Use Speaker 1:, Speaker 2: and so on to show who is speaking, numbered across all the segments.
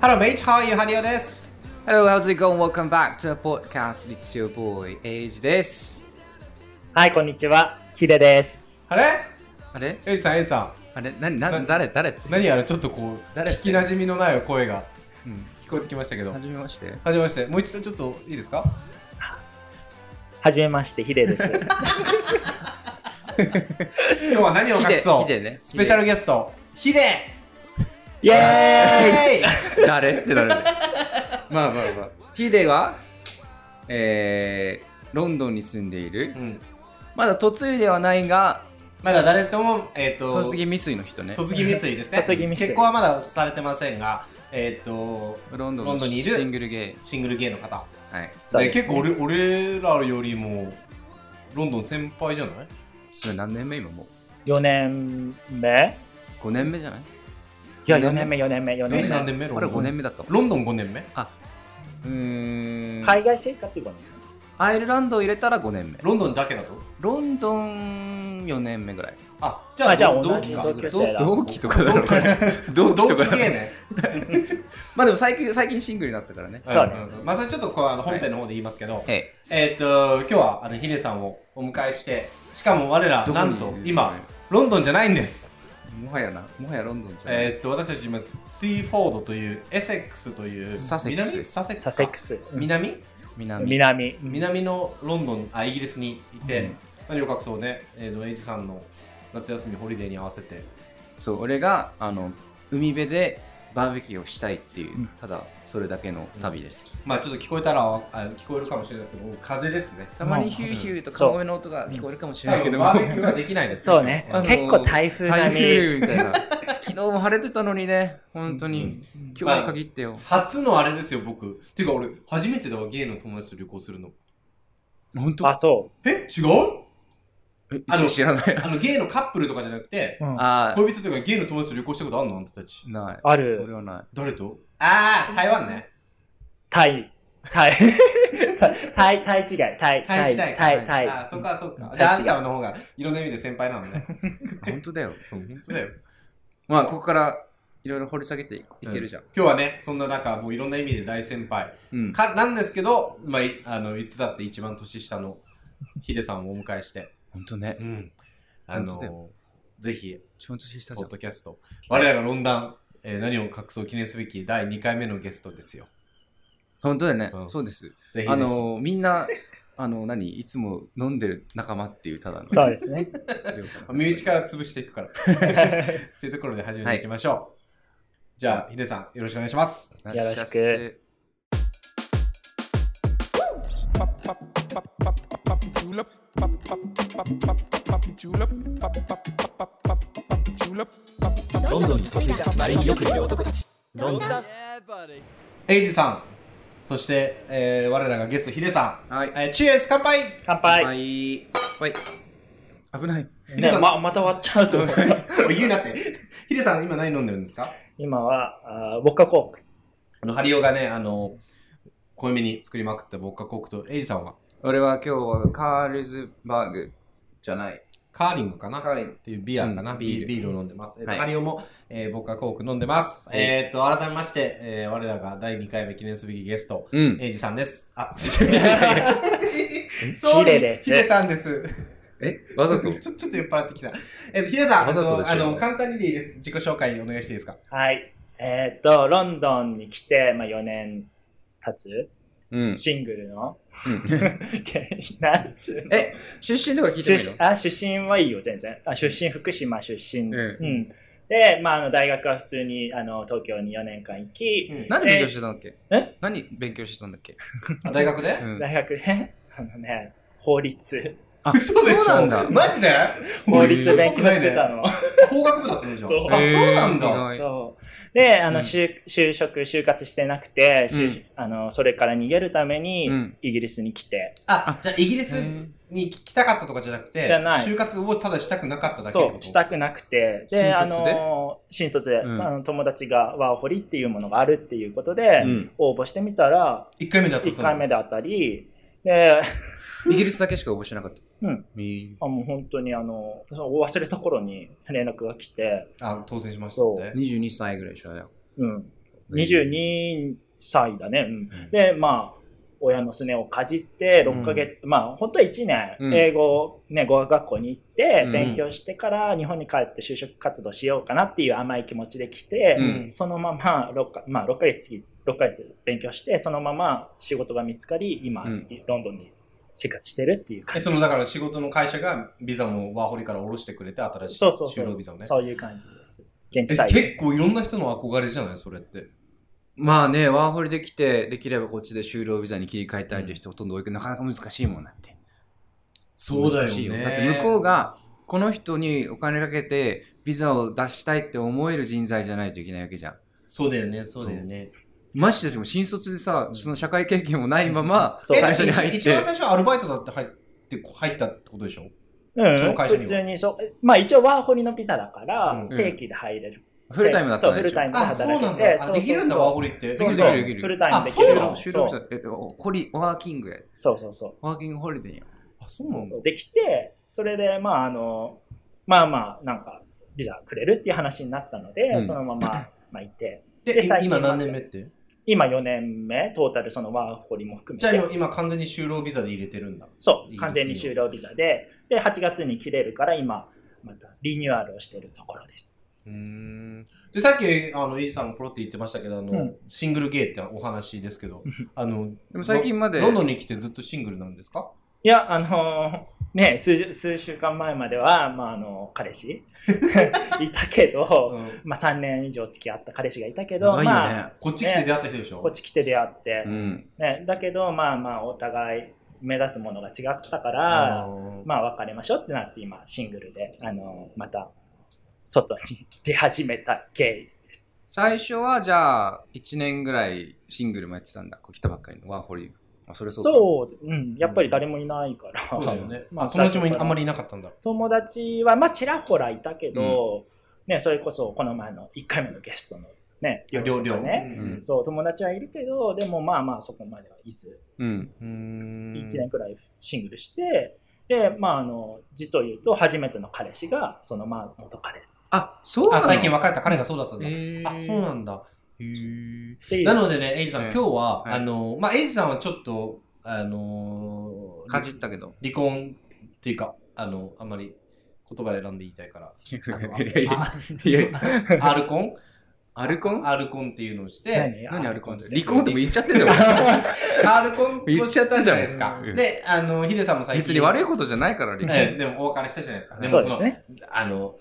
Speaker 1: Hello, mate. How are you? ハリオです。
Speaker 2: Hello, how's it going? Welcome back to a podcast. It's your boy, Age です。
Speaker 3: はい、こんにちは。ヒデです。
Speaker 1: あれ
Speaker 2: あれ
Speaker 1: エイジさん、エイジさ
Speaker 2: あれな、な、
Speaker 1: な
Speaker 2: 誰、誰って
Speaker 1: ん。何やらちょっとこう、
Speaker 2: 誰って
Speaker 1: 聞き馴染みのない声が
Speaker 2: うん。
Speaker 1: 聞こえてきましたけど。は
Speaker 2: はじめまして。
Speaker 1: じめまして。もう一度ちょっといいですか
Speaker 3: はじめまして、ヒデです。
Speaker 1: 今日は何を隠そう
Speaker 2: ヒデヒデね
Speaker 1: スペシャルゲスト、ヒデ
Speaker 3: イエーイ
Speaker 1: エ
Speaker 2: 誰って誰まあまあまあ。ヒデは、えー、ロンドンに住んでい る
Speaker 1: イ、う。ん、
Speaker 2: まだ嫁いではないが、
Speaker 1: まだ誰とも、えっ、と、
Speaker 2: 嫁ぎ未遂の人ね。
Speaker 1: 卒業未遂ですね。
Speaker 3: 嫁ぎ未遂
Speaker 1: 結婚はまだされてませんが、えっ、と、
Speaker 2: ロンドン
Speaker 1: ロンドンにいる
Speaker 2: シングルゲイ。
Speaker 1: シングルゲイの方。
Speaker 2: はい。
Speaker 3: そう
Speaker 1: ね
Speaker 3: です
Speaker 1: 結
Speaker 3: ね
Speaker 1: 構俺俺らよりも、ロンドン先輩じゃない
Speaker 2: それ何年目今も
Speaker 3: 4年目
Speaker 2: う。5年目じゃない
Speaker 3: いや、4年目、4年目、4
Speaker 1: 明治何
Speaker 3: 年目。
Speaker 1: 年目ロ
Speaker 2: あ
Speaker 1: ンド
Speaker 2: れ
Speaker 1: ン
Speaker 2: 5年目だった。
Speaker 1: ロンドン5年目
Speaker 2: あ、うーん。
Speaker 3: 海外生活後に。
Speaker 2: アイルランドを入れたら5年目。
Speaker 1: ロンドンだけだと
Speaker 2: ロンドン4年目ぐらい。
Speaker 1: あじゃあ
Speaker 3: あじゃあ
Speaker 1: 同
Speaker 3: 同
Speaker 1: 期
Speaker 3: じ
Speaker 1: か
Speaker 3: 同級生だ
Speaker 2: 同期とかだろ 同
Speaker 1: 同期
Speaker 2: 期と
Speaker 1: 同
Speaker 2: かだ
Speaker 1: 期系
Speaker 2: ろ
Speaker 1: ね
Speaker 2: まあでも最近最近シングルになったからね
Speaker 3: そうね
Speaker 1: んんんまあそれちょっとこうあの本編の方で言いますけど、
Speaker 2: え
Speaker 1: えーっと今日はあのヒデさんをお迎えしてしかも我ら
Speaker 2: どこ
Speaker 1: な
Speaker 2: にい
Speaker 1: ん
Speaker 2: る
Speaker 1: と今ロンドンじゃないんです
Speaker 2: えもはやなもはやロンドンじゃない、
Speaker 1: えーっと私たち今スイーフォードというエセックスという
Speaker 2: サセックス
Speaker 1: 南サセックスか
Speaker 3: サセックス。
Speaker 1: 南
Speaker 2: 南
Speaker 3: 南。
Speaker 1: 南のロンドンあイギリスにいて、何を隠そうね、えー、のエイジさんの夏休みホリデーに合わせて
Speaker 2: そう俺があの海辺でバーベキューをしたいっていう、ただそれだけの旅です、
Speaker 1: まあちょっと聞こえたらあ聞こえるかもしれないですけど風ですね
Speaker 2: たまにヒューヒューとカモメの音が聞こえるかもしれ
Speaker 1: だ
Speaker 2: ない
Speaker 1: け
Speaker 2: け
Speaker 1: ど
Speaker 2: ど
Speaker 1: バーベキューはできないです
Speaker 3: そうね
Speaker 2: あの。
Speaker 3: 結構台風並
Speaker 2: 台
Speaker 3: み。
Speaker 2: 風みたいな昨日も晴れてたのにね本当に、今日に限ってよ、
Speaker 1: 初のあれですよ僕ていうか俺初めてだわゲイの友達と旅行するの
Speaker 2: 本当
Speaker 3: あ、そ
Speaker 1: え違う
Speaker 2: え
Speaker 1: あの
Speaker 2: 知らない
Speaker 1: あのゲイのカップルとかじゃなくて
Speaker 3: う。うん
Speaker 2: あー
Speaker 1: 恋人とかゲイの友達と旅行したことあんのあんたたち
Speaker 2: ない
Speaker 3: あ
Speaker 2: 俺
Speaker 3: る。
Speaker 2: はない
Speaker 1: 誰とああ台湾ね
Speaker 3: タイ。タイ。そうタイ、タイ違い。タイ、タ
Speaker 1: タイ
Speaker 3: イ、
Speaker 1: 違い
Speaker 3: タイ、タ
Speaker 1: あ
Speaker 3: イ。
Speaker 1: ーそっかそっか
Speaker 3: うん
Speaker 1: じゃああ
Speaker 3: 違
Speaker 1: ん
Speaker 3: う
Speaker 1: たの方がいろんな意味で先輩なの ね
Speaker 2: 本当だよ
Speaker 1: うん本当だよ
Speaker 2: まあここからいろいろ掘り下げていいけるじゃん、
Speaker 1: 今日はねそんな中もういろんな意味で大先輩
Speaker 2: うん、
Speaker 1: かなんですけど、まあ、いあのいつだって一番年下のヒデさんをお迎えして、
Speaker 2: 本当ね
Speaker 1: うん、あ
Speaker 2: 本当だ
Speaker 1: のぜひ
Speaker 2: ちょんとしたじ
Speaker 1: ポ
Speaker 2: ゃ
Speaker 1: ッ
Speaker 2: ん
Speaker 1: ドキャスト我らが論壇、えー何を隠そう記念すべき第2回目のゲストですよ
Speaker 2: 本当だよね、
Speaker 1: うん
Speaker 2: そうです
Speaker 1: ぜひぜひ
Speaker 2: あのみんなあの何いつも飲んでる仲間っていうただの
Speaker 3: そうですね。
Speaker 1: 身内から潰していく からというところで始めていきましょう、じゃあヒデさんよろしくお願いします
Speaker 2: ら
Speaker 3: よろしく
Speaker 4: ロンドンに嫁いだマリンよくいる男たちロンドン
Speaker 1: エイジさんそして、えー我らがゲストヒデさん、
Speaker 2: はい
Speaker 1: えーチェース乾杯
Speaker 3: 乾
Speaker 2: は
Speaker 3: 杯。
Speaker 2: いはい危ない
Speaker 3: ね、ま、また終わっちゃうと思った。
Speaker 1: おい言うなって ヒデさん今何飲んでるんですか
Speaker 3: 今は、あーウォッカコーク。
Speaker 1: あの、ハリオがね、あの、濃いめに作りまくったボッカコークと、エイジさんは、
Speaker 2: 俺は今日はカールズバーグじゃない
Speaker 1: カーリングかな
Speaker 2: カーリング
Speaker 1: っていうビアかな、
Speaker 2: うん
Speaker 1: ビール
Speaker 2: ビ
Speaker 1: ビ
Speaker 2: ール
Speaker 1: ールを飲んでます。えっと
Speaker 2: はい
Speaker 1: ハリオも、えー、ボッカコーク飲んでます。
Speaker 2: はい
Speaker 1: えーっと、改めまして、えー我らが第2回目記念すべきゲスト、
Speaker 2: うん
Speaker 1: エイジさんです。あ、 いやいやいやそう
Speaker 3: ヒデです
Speaker 1: ヒデさんです。
Speaker 2: えわざと
Speaker 1: ちょちょっと酔っ払ってきた。えっと、ヒデさん、
Speaker 2: わざと
Speaker 1: え
Speaker 2: で
Speaker 1: っ
Speaker 2: し
Speaker 1: と
Speaker 2: ょ
Speaker 1: あの、簡単にでいいです。自己紹介お願いしていいですか。
Speaker 3: はい。えーっと、ロンドンに来て、まあ、4年経つ、
Speaker 2: うん
Speaker 3: シングルの、 なんつうの
Speaker 2: え出身とか聞いてみ
Speaker 3: 出
Speaker 2: る
Speaker 3: 身あ出身はいいよ、全然。あ出身、福島出身。
Speaker 2: ええ
Speaker 3: うん。で、まあ、あの大学は普通にあの東京に4年間行き、
Speaker 2: 何勉強してたんだっけ
Speaker 3: え
Speaker 2: 何勉強してたんだっけ、
Speaker 1: あ大学で、
Speaker 2: うん
Speaker 3: 大学で、あのね、法 律、
Speaker 2: あ
Speaker 1: 嘘でしょ
Speaker 2: そうなんだ
Speaker 1: マジで
Speaker 3: 法律勉強してたの。
Speaker 1: 法学部だったんでしょ
Speaker 3: そう
Speaker 1: あ、そうなんだ。
Speaker 2: えー意外
Speaker 3: そう。で、あの、
Speaker 2: うん
Speaker 3: 就就職、就活してなくて、就
Speaker 2: うん
Speaker 3: あのそれから逃げるために、
Speaker 2: うん
Speaker 3: イギリスに来て、
Speaker 1: あ、じゃあイギリスに来たかったとかじゃなくて、
Speaker 3: じゃない
Speaker 1: 就活をただしたくなかっただけってこ
Speaker 3: そ
Speaker 1: と
Speaker 3: う、したくなくて、
Speaker 2: 新卒で
Speaker 3: で、あの、新卒で、
Speaker 2: うん
Speaker 3: あの友達がワーホリっていうものがあるっていうことで、
Speaker 2: うん
Speaker 3: 応募してみたら、
Speaker 1: 1回目だった
Speaker 3: 1回目
Speaker 1: だ。
Speaker 3: で当たり、で、
Speaker 2: イギリスだけしか応募してなかった
Speaker 3: うん
Speaker 2: み
Speaker 3: あもう本当にあの、その忘れた頃に連絡が来て、
Speaker 1: あ、当選しましたっ
Speaker 3: そ
Speaker 1: て。
Speaker 2: 22歳ぐらいでしょ
Speaker 3: うん。 22歳だね。うん、で、まあ、親のすねをかじって、6ヶ月、まあ、本当は1年、
Speaker 2: うん
Speaker 3: 英語をね、語学学校に行って、
Speaker 2: うん
Speaker 3: 勉強してから日本に帰って就職活動しようかなっていう甘い気持ちで来て、
Speaker 2: うん
Speaker 3: そのまま6か、まあ、6ヶ月過ぎ、6ヶ月勉強して、そのまま仕事が見つかり、今、
Speaker 2: うん
Speaker 3: ロンドンに生活してるっていう
Speaker 1: え
Speaker 3: 感じ。
Speaker 1: そのだから仕事の会社がビザもワーホリから下ろしてくれて新しい
Speaker 3: そうそうそ
Speaker 1: 就労
Speaker 3: う
Speaker 1: ビザをね。
Speaker 3: そういう感じです。現地
Speaker 1: え
Speaker 3: 採用。
Speaker 1: 結構いろんな人の憧れじゃないそれって。
Speaker 2: まあね、ワーホリできて、できればこっちで就労ビザに切り替えたいという人ほとんど多いけど、なかなか難しいもんなって。難しいだって向こうが、この人にお金かけて、ビザを出したいって思える人材じゃないといけないわけじゃん。
Speaker 1: そうだよね、そうだよね。
Speaker 2: ましてでも新卒でさ、その社会経験もないまま、
Speaker 3: そう
Speaker 2: 最初に
Speaker 1: え
Speaker 2: 入っ
Speaker 1: 一番
Speaker 2: て。
Speaker 1: 最初はアルバイトだって入って入ったってことでしょ
Speaker 3: うん、
Speaker 1: その会社には
Speaker 3: 普通にそう。まあ一応ワーホリのビザだから、
Speaker 1: うん
Speaker 3: 正規で入れる。
Speaker 2: フルタイムだった
Speaker 3: そう、
Speaker 2: ん
Speaker 3: フ
Speaker 2: で
Speaker 3: ル
Speaker 2: しょ
Speaker 3: タイムで
Speaker 1: あ、そう
Speaker 3: 働
Speaker 1: なん
Speaker 3: け
Speaker 1: だ。
Speaker 3: て。
Speaker 1: あ
Speaker 3: そう
Speaker 1: できるんだ、
Speaker 3: そうそう
Speaker 1: ワーホリって。
Speaker 3: そう
Speaker 2: でき
Speaker 3: そ
Speaker 2: る
Speaker 3: う
Speaker 2: できるできる
Speaker 3: フルタイムでき
Speaker 1: あ
Speaker 3: る
Speaker 1: そうな
Speaker 3: の
Speaker 1: の
Speaker 2: 就
Speaker 3: そ
Speaker 2: 労
Speaker 3: う
Speaker 2: ビザ、えっと、ホリ、ワーキングや。
Speaker 3: そうそうそ
Speaker 2: ワーキングホリデーや。
Speaker 1: あ、そうなん
Speaker 3: う
Speaker 1: だ
Speaker 3: そ。うできてそれでまああのまあまあなんかビザくれるっていう話になったので、
Speaker 2: うん
Speaker 3: そのまま、まあ、いて
Speaker 1: で
Speaker 3: で最、近
Speaker 1: 今何年目って
Speaker 3: 今4年目トータルそのワーホリも含め
Speaker 1: じゃあ
Speaker 3: て
Speaker 1: 今今完全に就労ビザで入れてるんだ。
Speaker 3: そ
Speaker 1: いいです
Speaker 3: う
Speaker 1: よ
Speaker 3: 完全に就労ビザでで8月に切れるから今またリニューアルをしてるところです
Speaker 1: うん。で、さっき、あの、イーさんもポロって言ってましたけど、あの、
Speaker 3: うん
Speaker 1: シングルゲイってお話ですけど、あの、
Speaker 2: でも最近まで、
Speaker 1: ロンドンに来てずっとシングルなんですか
Speaker 3: いや、あのーね、数十数週間前までは、まあ、あの、彼氏いたけど、
Speaker 1: うん
Speaker 3: まあ、3年以上付き合った彼氏がいたけど、
Speaker 2: 長いよ
Speaker 3: まあ、
Speaker 2: ね。
Speaker 1: こっち来て出会った人でしょ
Speaker 3: こっち来て出会って、
Speaker 2: うん。
Speaker 3: ね、だけど、まあまあ、お互い目指すものが違ったか
Speaker 1: あ
Speaker 3: ら、
Speaker 1: の
Speaker 3: まあ、別れましょうってなって、今、シングルで、あのーまた、外に出始めた経緯です。
Speaker 2: 最初はじゃあ、1年ぐらいシングルもやってたんだ。こう来たばっかりのワーホリ。あ、それそうか。
Speaker 3: そう、うん、やっぱり誰もいないから。
Speaker 1: そうだよね。
Speaker 3: ま
Speaker 1: あ、
Speaker 3: あ
Speaker 1: 友達もい
Speaker 3: 最初から
Speaker 1: あんまりいなかったんだ。
Speaker 3: 友達は、まあ、ちらほらいたけど、ね、それこそこの前の1回目のゲストのね、
Speaker 1: いや、量
Speaker 3: と
Speaker 1: 量。
Speaker 3: かね、
Speaker 1: うん
Speaker 3: そう、友達はいるけど、でもまあまあそこまではいず、
Speaker 2: うん。
Speaker 1: うん
Speaker 3: 1年くらいシングルして、で、まあ、あの、実を言うと、初めての彼氏が、その、まあ、元彼っ
Speaker 2: あ、そうな
Speaker 1: あ、
Speaker 2: の
Speaker 1: 最近別れた彼がそうだったんだ。
Speaker 2: えー
Speaker 1: あ、そうなんだ。へー
Speaker 3: ていう。
Speaker 1: なのでね、エイジさん、
Speaker 2: ええ
Speaker 1: 今日は、
Speaker 2: はい
Speaker 1: あの、まあ、エイジさんはちょっと、あのー
Speaker 2: かじったけど。
Speaker 1: 離婚っていうか、あの、あんまり言葉選んで言いたい から、あのあ
Speaker 2: いやいや
Speaker 1: アルコン
Speaker 2: アルコン
Speaker 1: アルコンっていうのをして、
Speaker 3: 何
Speaker 2: 何アルコンって
Speaker 3: あ
Speaker 2: 離婚ってもう言っちゃってるじゃん。
Speaker 1: アルコン
Speaker 2: 言
Speaker 1: を
Speaker 2: っちゃったじゃん
Speaker 1: ないですか
Speaker 2: う。ん
Speaker 1: で、あの、ヒデさんも最近。
Speaker 2: 別に悪い
Speaker 1: い
Speaker 2: ことじゃないから、離
Speaker 1: え
Speaker 2: 婚。
Speaker 1: え、でもお別れしたじゃないですか。で
Speaker 3: そ
Speaker 1: も
Speaker 3: う
Speaker 1: そ
Speaker 3: で
Speaker 1: の
Speaker 3: す、ね。
Speaker 1: あの、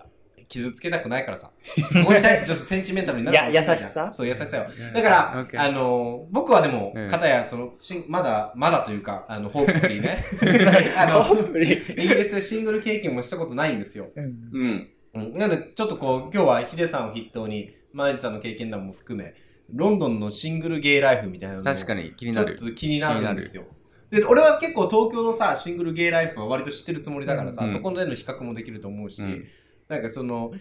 Speaker 1: 傷つけたくないからさ。そこに対してちょっとセンチメンタルになるかもしれないじゃん
Speaker 3: いや優しさ。
Speaker 1: そう、優しさよ。だから、
Speaker 2: オッケー
Speaker 1: あの、僕はでも
Speaker 2: うん、
Speaker 1: かたや、その、しまだ、まだというか、あの、ホープフリーね あ
Speaker 3: ホ
Speaker 1: の、
Speaker 3: ープリー
Speaker 1: イギリスでシングル経験もしたことないんですよ。
Speaker 3: うん
Speaker 2: うん。
Speaker 1: うん、なので、ちょっとこう、今日はヒデさんを筆頭に、マージさんの経験談も含め、ロンドンのシングルゲイライフみたいなのも
Speaker 2: 確かに気に
Speaker 1: ちょ
Speaker 2: な
Speaker 1: っ
Speaker 2: る。
Speaker 1: と気になるんですよ。で、俺は結構東京のさ、シングルゲイライフは割と知ってるつもりだからさ、
Speaker 2: うん
Speaker 1: そこでの比較もできると思うし、
Speaker 2: うん
Speaker 1: なんかその、